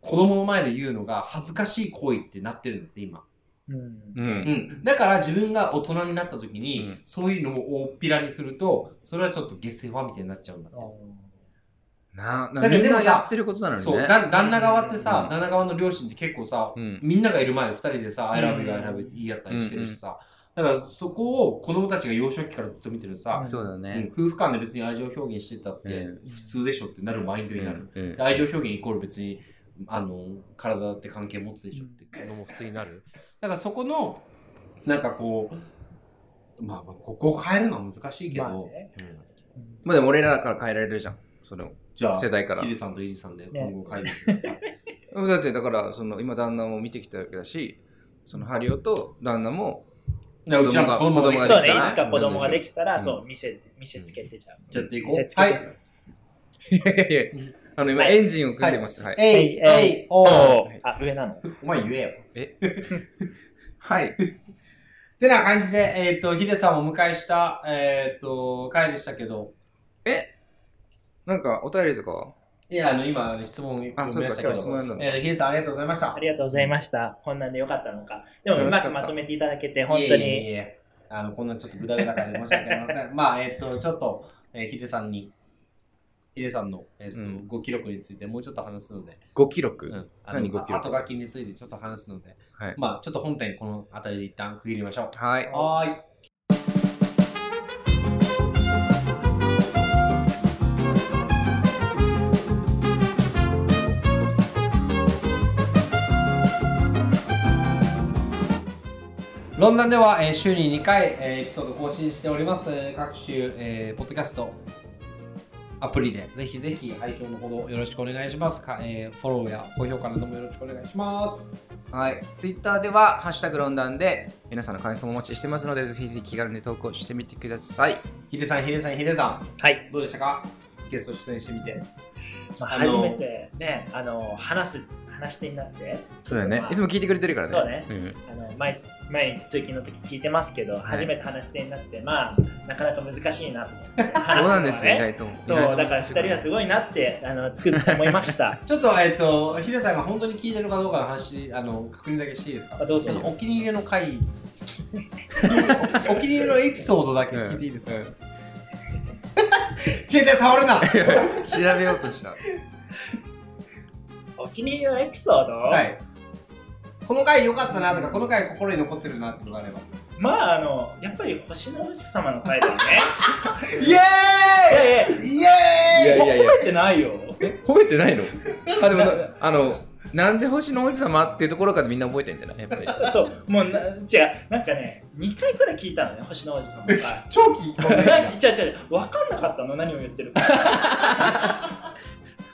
Speaker 1: 子供の前で言うのが恥ずかしい行為ってなってるんだって、今。
Speaker 3: うん
Speaker 2: うん
Speaker 1: う。ん。だから自分が大人になった時に、
Speaker 2: うん
Speaker 1: そういうのを大っぴらにすると、それはちょっと下世話みたいになっちゃうんだって。だ
Speaker 2: な
Speaker 1: け
Speaker 2: な
Speaker 1: ど
Speaker 2: み
Speaker 1: で
Speaker 2: ん
Speaker 1: も
Speaker 2: な
Speaker 1: さ
Speaker 2: やってることなのに
Speaker 1: そう、
Speaker 2: ね。
Speaker 1: だ旦那側ってさ、
Speaker 2: うん
Speaker 1: 旦那側の両親って結構さ、
Speaker 2: うん。
Speaker 1: みんながいる前で2人でさ、I love you,
Speaker 3: うん
Speaker 1: I love you って言い合ったりしてるしさ、だからそこを子供たちが幼少期からずっと見てるさ、
Speaker 2: そうだ
Speaker 1: うん
Speaker 2: ね。
Speaker 1: 夫婦間で別に愛情表現してたって
Speaker 2: う
Speaker 1: 普通でしょってなるマインドになる、
Speaker 2: うんうん
Speaker 1: で愛情表現イコール別にあの体だって関係持つでしょっていうのも普通になるだからそこのなんかこうまあまあここを変えるのは難しいけど、
Speaker 3: まあね
Speaker 1: うん
Speaker 2: まあでも俺らから変えられるじゃん。その
Speaker 1: じゃあ
Speaker 2: 世代から
Speaker 1: ヒ。デさんとイリさんで
Speaker 3: ね
Speaker 1: 今後変えてください、
Speaker 2: だってだからその今旦那も見てきたわけだし、そのハリオと旦那も
Speaker 1: じゃあうちらも子供ができ
Speaker 3: そう
Speaker 1: た
Speaker 3: ね、
Speaker 1: ら
Speaker 3: いつか子供ができたら、
Speaker 2: うん
Speaker 3: そう、見せ、見せつけてじゃん。
Speaker 1: じゃあやっていこ
Speaker 3: 見せつ
Speaker 1: う
Speaker 3: け
Speaker 1: は
Speaker 3: て。
Speaker 1: い
Speaker 2: いやいやいやあの今
Speaker 3: はい
Speaker 2: エンジンを組んでます。はい。
Speaker 1: えいえいおー
Speaker 3: おーあ、上なの
Speaker 1: お前言えよ
Speaker 2: はい。
Speaker 1: てな感じで、えっ、と、ヒデさんをお迎えした、えっ、と、回でしたけど、
Speaker 2: なんかお便りとかはい
Speaker 1: や、あの、今、質問を読みま
Speaker 2: あそうか
Speaker 1: したけど、
Speaker 2: そうか質問なん
Speaker 1: えー、ヒデさん、ありがとうございました
Speaker 3: あ。りがとうございました。こんなんでよかったのか。でも、う
Speaker 2: 楽しか
Speaker 3: ま
Speaker 2: った
Speaker 3: くまとめていただけて、本当
Speaker 1: いえいえい
Speaker 3: に。
Speaker 1: えあの、こんなちょっとグダグダ感で申し訳ありません。まあ、えっ、と、ちょっと、えーヒデさんに、ヒデさんの、えっ、と、
Speaker 2: うん
Speaker 1: ご記録についてもうちょっと話すので、
Speaker 2: ご記録
Speaker 1: うん。あの
Speaker 2: 何ご記録
Speaker 1: 後書きについてちょっと話すので、
Speaker 2: はい。
Speaker 1: まあ、ちょっと本編この辺りで一旦区切りましょ
Speaker 2: はい。
Speaker 1: う。はーい。ロンダンでは、えー週に2回、えーエピソード更新しております。えー各種、えーポッドキャスト、アプリで、ぜひぜひ、拝聴のほどよろしくお願いします。かえーフォローや高評価などもよろしくお願いします。
Speaker 2: はい、ツイッターでは「ハッシュタグ論談」で皆さんの感想もお待ちしてますのでぜひぜひ気軽に投稿してみてください
Speaker 1: ヒデさん、ヒデさん、ヒデさん、
Speaker 3: はい。
Speaker 1: どうでしたか今日ゲスト出演してみて。
Speaker 3: まあ、
Speaker 1: あの
Speaker 3: 初めてね、あの、話す、話し手になって。
Speaker 2: そうだよねいつも聞いてくれてるからね
Speaker 3: そうね
Speaker 2: ん
Speaker 3: あの毎日毎日通勤の時聞いてますけど、初めて話し手になって、まあ、なかなか難しいなと思って。
Speaker 2: そう
Speaker 3: 話すのはね
Speaker 2: なんですよ、意外と
Speaker 3: そう、だから2人はす
Speaker 2: い
Speaker 3: ごいなって、あの、つくづく思いました。
Speaker 1: ちょっと、えっと、ヒデさんが本当に聞いてるかどうかの話、あの、確認だけしていいですか
Speaker 3: あどうぞ
Speaker 1: お気に入りの回、 お気に入りのエピソードだけ聞いていいですか、 携帯触るな
Speaker 2: 調べようと した
Speaker 3: お気に入りのエピソード、
Speaker 1: はい。この回良かったなとか、この回心に残ってるなってのがあれば。
Speaker 3: まあ、あの、やっぱり星の王子様の回だよね。
Speaker 1: イエ
Speaker 3: いやいや、
Speaker 1: ーイイエーイ
Speaker 2: いやいやいや
Speaker 3: 覚えてないよ。
Speaker 2: 褒めてないの あでもなあのなんで星の王子様っていうところからみんな覚えてんじゃないやっぱり
Speaker 3: そう、もうな、違う、なんかね、2回くらい聞いたのね、星の王子様の回。
Speaker 1: 超聞い込んでる
Speaker 3: なんか違う違う、分かんなかったの、何を言ってるか。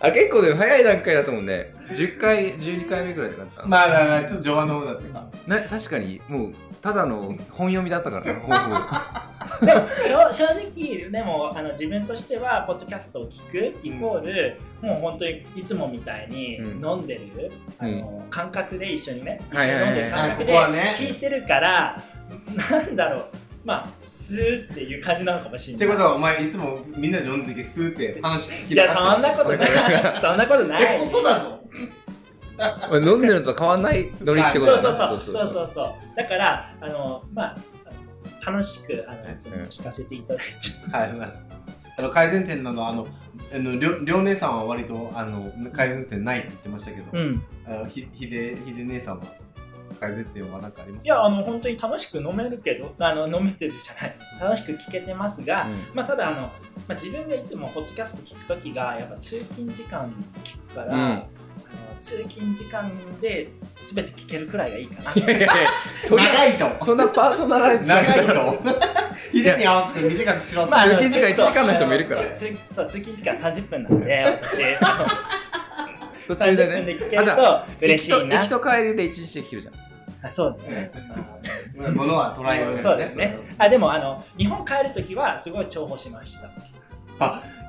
Speaker 2: あ結構ね早い段階だと思うね10回12回目ぐらいだっ た、
Speaker 1: まあまあまあ、ちょっと序盤の方だったか。
Speaker 2: な確かにもうただの本読みだったからねほぼ
Speaker 3: でも、正正直、でもあの、自分としては、ポッドキャストを聞くイコール、もう本当にいつもみたいに
Speaker 2: うん
Speaker 3: 飲んでる、あの感覚で一緒にね、一
Speaker 2: は
Speaker 3: 緒
Speaker 2: い
Speaker 3: に
Speaker 2: はいはい
Speaker 3: 飲んでる感覚で
Speaker 1: はいここはね
Speaker 3: 聞いてるから、なんだろう、まあ、スーっていう感じなのかもし
Speaker 1: っ
Speaker 3: れな
Speaker 1: て
Speaker 3: い。
Speaker 1: ことは、お前いつもみんなで飲んでる時スーって話聞き
Speaker 3: いや、そんなこと
Speaker 1: な
Speaker 3: ないい。そんなことない。
Speaker 1: ことだぞ。
Speaker 2: まあ飲んでるのと変わんないノリってこと
Speaker 3: そう
Speaker 2: だ
Speaker 3: そう
Speaker 2: な
Speaker 3: そうそうそうそうだからあのまあ楽しくあのいつも聞かせていただいてま
Speaker 1: はいありがとう
Speaker 3: す、
Speaker 1: ございます。あの改善点などあのあのりょりょう姉さんは割とあの改善点ないって言ってましたけど、
Speaker 3: うん、
Speaker 1: あのひひでひで姉さんは改善点は何かあります
Speaker 3: いやあの本当に楽しく飲めるけどあの飲めてるじゃない楽しく聞けてますが、
Speaker 2: う
Speaker 3: まあ、ただあの、まあ、自分がいつもポッドキャスト聞くときがやっぱ通勤時間に聞くから、
Speaker 2: うん
Speaker 3: あの通勤時間で全て聞けるくらいがいいかな
Speaker 2: んいやいやいやそんな
Speaker 1: 長いと
Speaker 2: そんなパーソナライズされた
Speaker 1: 長いと ひでに合わせて短くしろって、
Speaker 3: ああの
Speaker 2: 通勤時間1
Speaker 3: そう
Speaker 2: 時間の人もいるから
Speaker 3: あのそう通そう通勤時間30分なんで私あの
Speaker 2: 途中で
Speaker 3: 30分
Speaker 2: ね
Speaker 3: で聞け
Speaker 2: あ
Speaker 3: る
Speaker 2: じ
Speaker 3: と嬉しい
Speaker 2: 行
Speaker 3: な
Speaker 2: きと帰りで1日で聞けるじゃん
Speaker 3: あそうだね。
Speaker 1: ものはトライを
Speaker 3: そうですね。あでもあの日本帰るときはすごい重宝しました。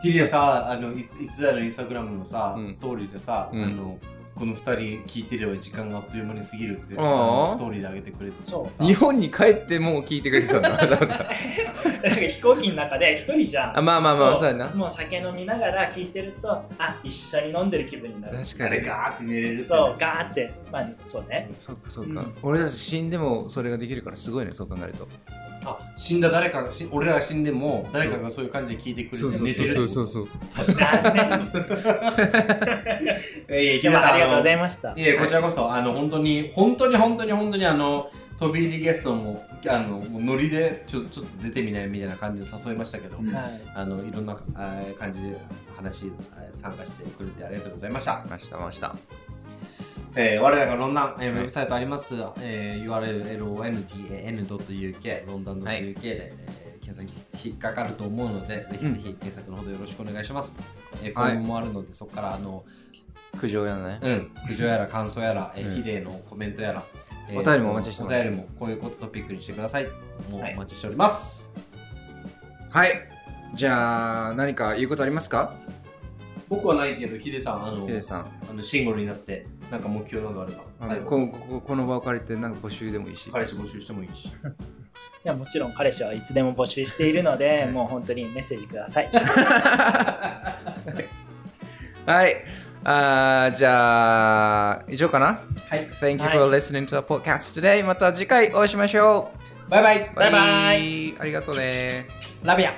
Speaker 1: ヒデさあのいついつだのインスタグラムのさ、
Speaker 2: うん
Speaker 1: ストーリーでさ、
Speaker 2: うん
Speaker 1: あのこの二人聞いてれば時間があっという間に過ぎるって
Speaker 2: あ
Speaker 1: あ
Speaker 2: あ
Speaker 1: のストーリーで上げてくれててさ
Speaker 3: そう
Speaker 2: 日本に帰ってもう聞いてくれてたんだわざわざ
Speaker 3: なんか飛行機の中で一人じ ゃ
Speaker 2: あ
Speaker 3: ん。
Speaker 2: まあまあまあ
Speaker 3: そう
Speaker 2: そうやな
Speaker 3: もう酒飲みながら聞いてるとあ一緒に飲んでる気分になる。
Speaker 2: 確
Speaker 1: あ
Speaker 2: か
Speaker 1: れ
Speaker 2: に
Speaker 1: ガーって寝れるってね
Speaker 3: そうガーってまあそうね。
Speaker 2: そっかそっか、
Speaker 3: うん
Speaker 2: 俺たち死んでもそれができるからすごいねそう考えると
Speaker 1: あ死んだ誰かがし俺らが死んでも誰かがそういう感じで聞いてくれて寝てるってこと
Speaker 2: そう
Speaker 3: 確かに。
Speaker 1: いやいや
Speaker 3: でもありがとうござ
Speaker 1: い
Speaker 3: いました。
Speaker 1: いやこちらこそあの本当に本当に本当に本当にあの飛び入りゲストもあのもうノリでちょちょっと出てみないみたいな感じで誘いましたけど、
Speaker 3: はい。
Speaker 1: あのいろんなあー感じで話あー参加してくれてありがとうございました。
Speaker 2: ましたました
Speaker 1: えー、我らがロンダン、えー
Speaker 2: は
Speaker 1: ウ
Speaker 2: い
Speaker 1: ェブサイトあります、えー、URL londn.uk ロンダン .uk で、
Speaker 2: はい
Speaker 1: えー検索引っかかると思うので、ぜひ
Speaker 2: うん
Speaker 1: ぜひ検索のほどよろしくお願いします。えーフ
Speaker 2: は
Speaker 1: ォ
Speaker 2: い
Speaker 1: ームもあるので、そこからあの、
Speaker 2: 苦情やね
Speaker 1: うん、苦情やら感想やら、え
Speaker 2: うん
Speaker 1: ー、比例のコメントやら、えー
Speaker 2: お便りもお待ちして
Speaker 1: お
Speaker 2: ます
Speaker 1: 便りもこういうことトピックにしてください。もうお
Speaker 3: はい
Speaker 1: 待ちしております。
Speaker 2: はいじゃあ何か言うことありますか
Speaker 1: 僕はないけど、ヒデさん、あの
Speaker 2: ヒ、デさん
Speaker 1: あのシングルになって、なんか目標などあれば、
Speaker 2: あ
Speaker 1: 最
Speaker 2: の
Speaker 1: 後
Speaker 2: ここここの場を借りてなんか募集でもいいし
Speaker 1: 彼氏募集してもいい し。
Speaker 3: いやもちろん彼氏はいつでも募集しているので、もう本当にメッセージください。
Speaker 2: はいあーじゃあ以上かな
Speaker 1: はい
Speaker 2: Thank you for listening to our podcast today また次回お会いしましょ
Speaker 1: バイバイ
Speaker 2: う
Speaker 3: バイバ
Speaker 2: イありがとうね
Speaker 1: ラビア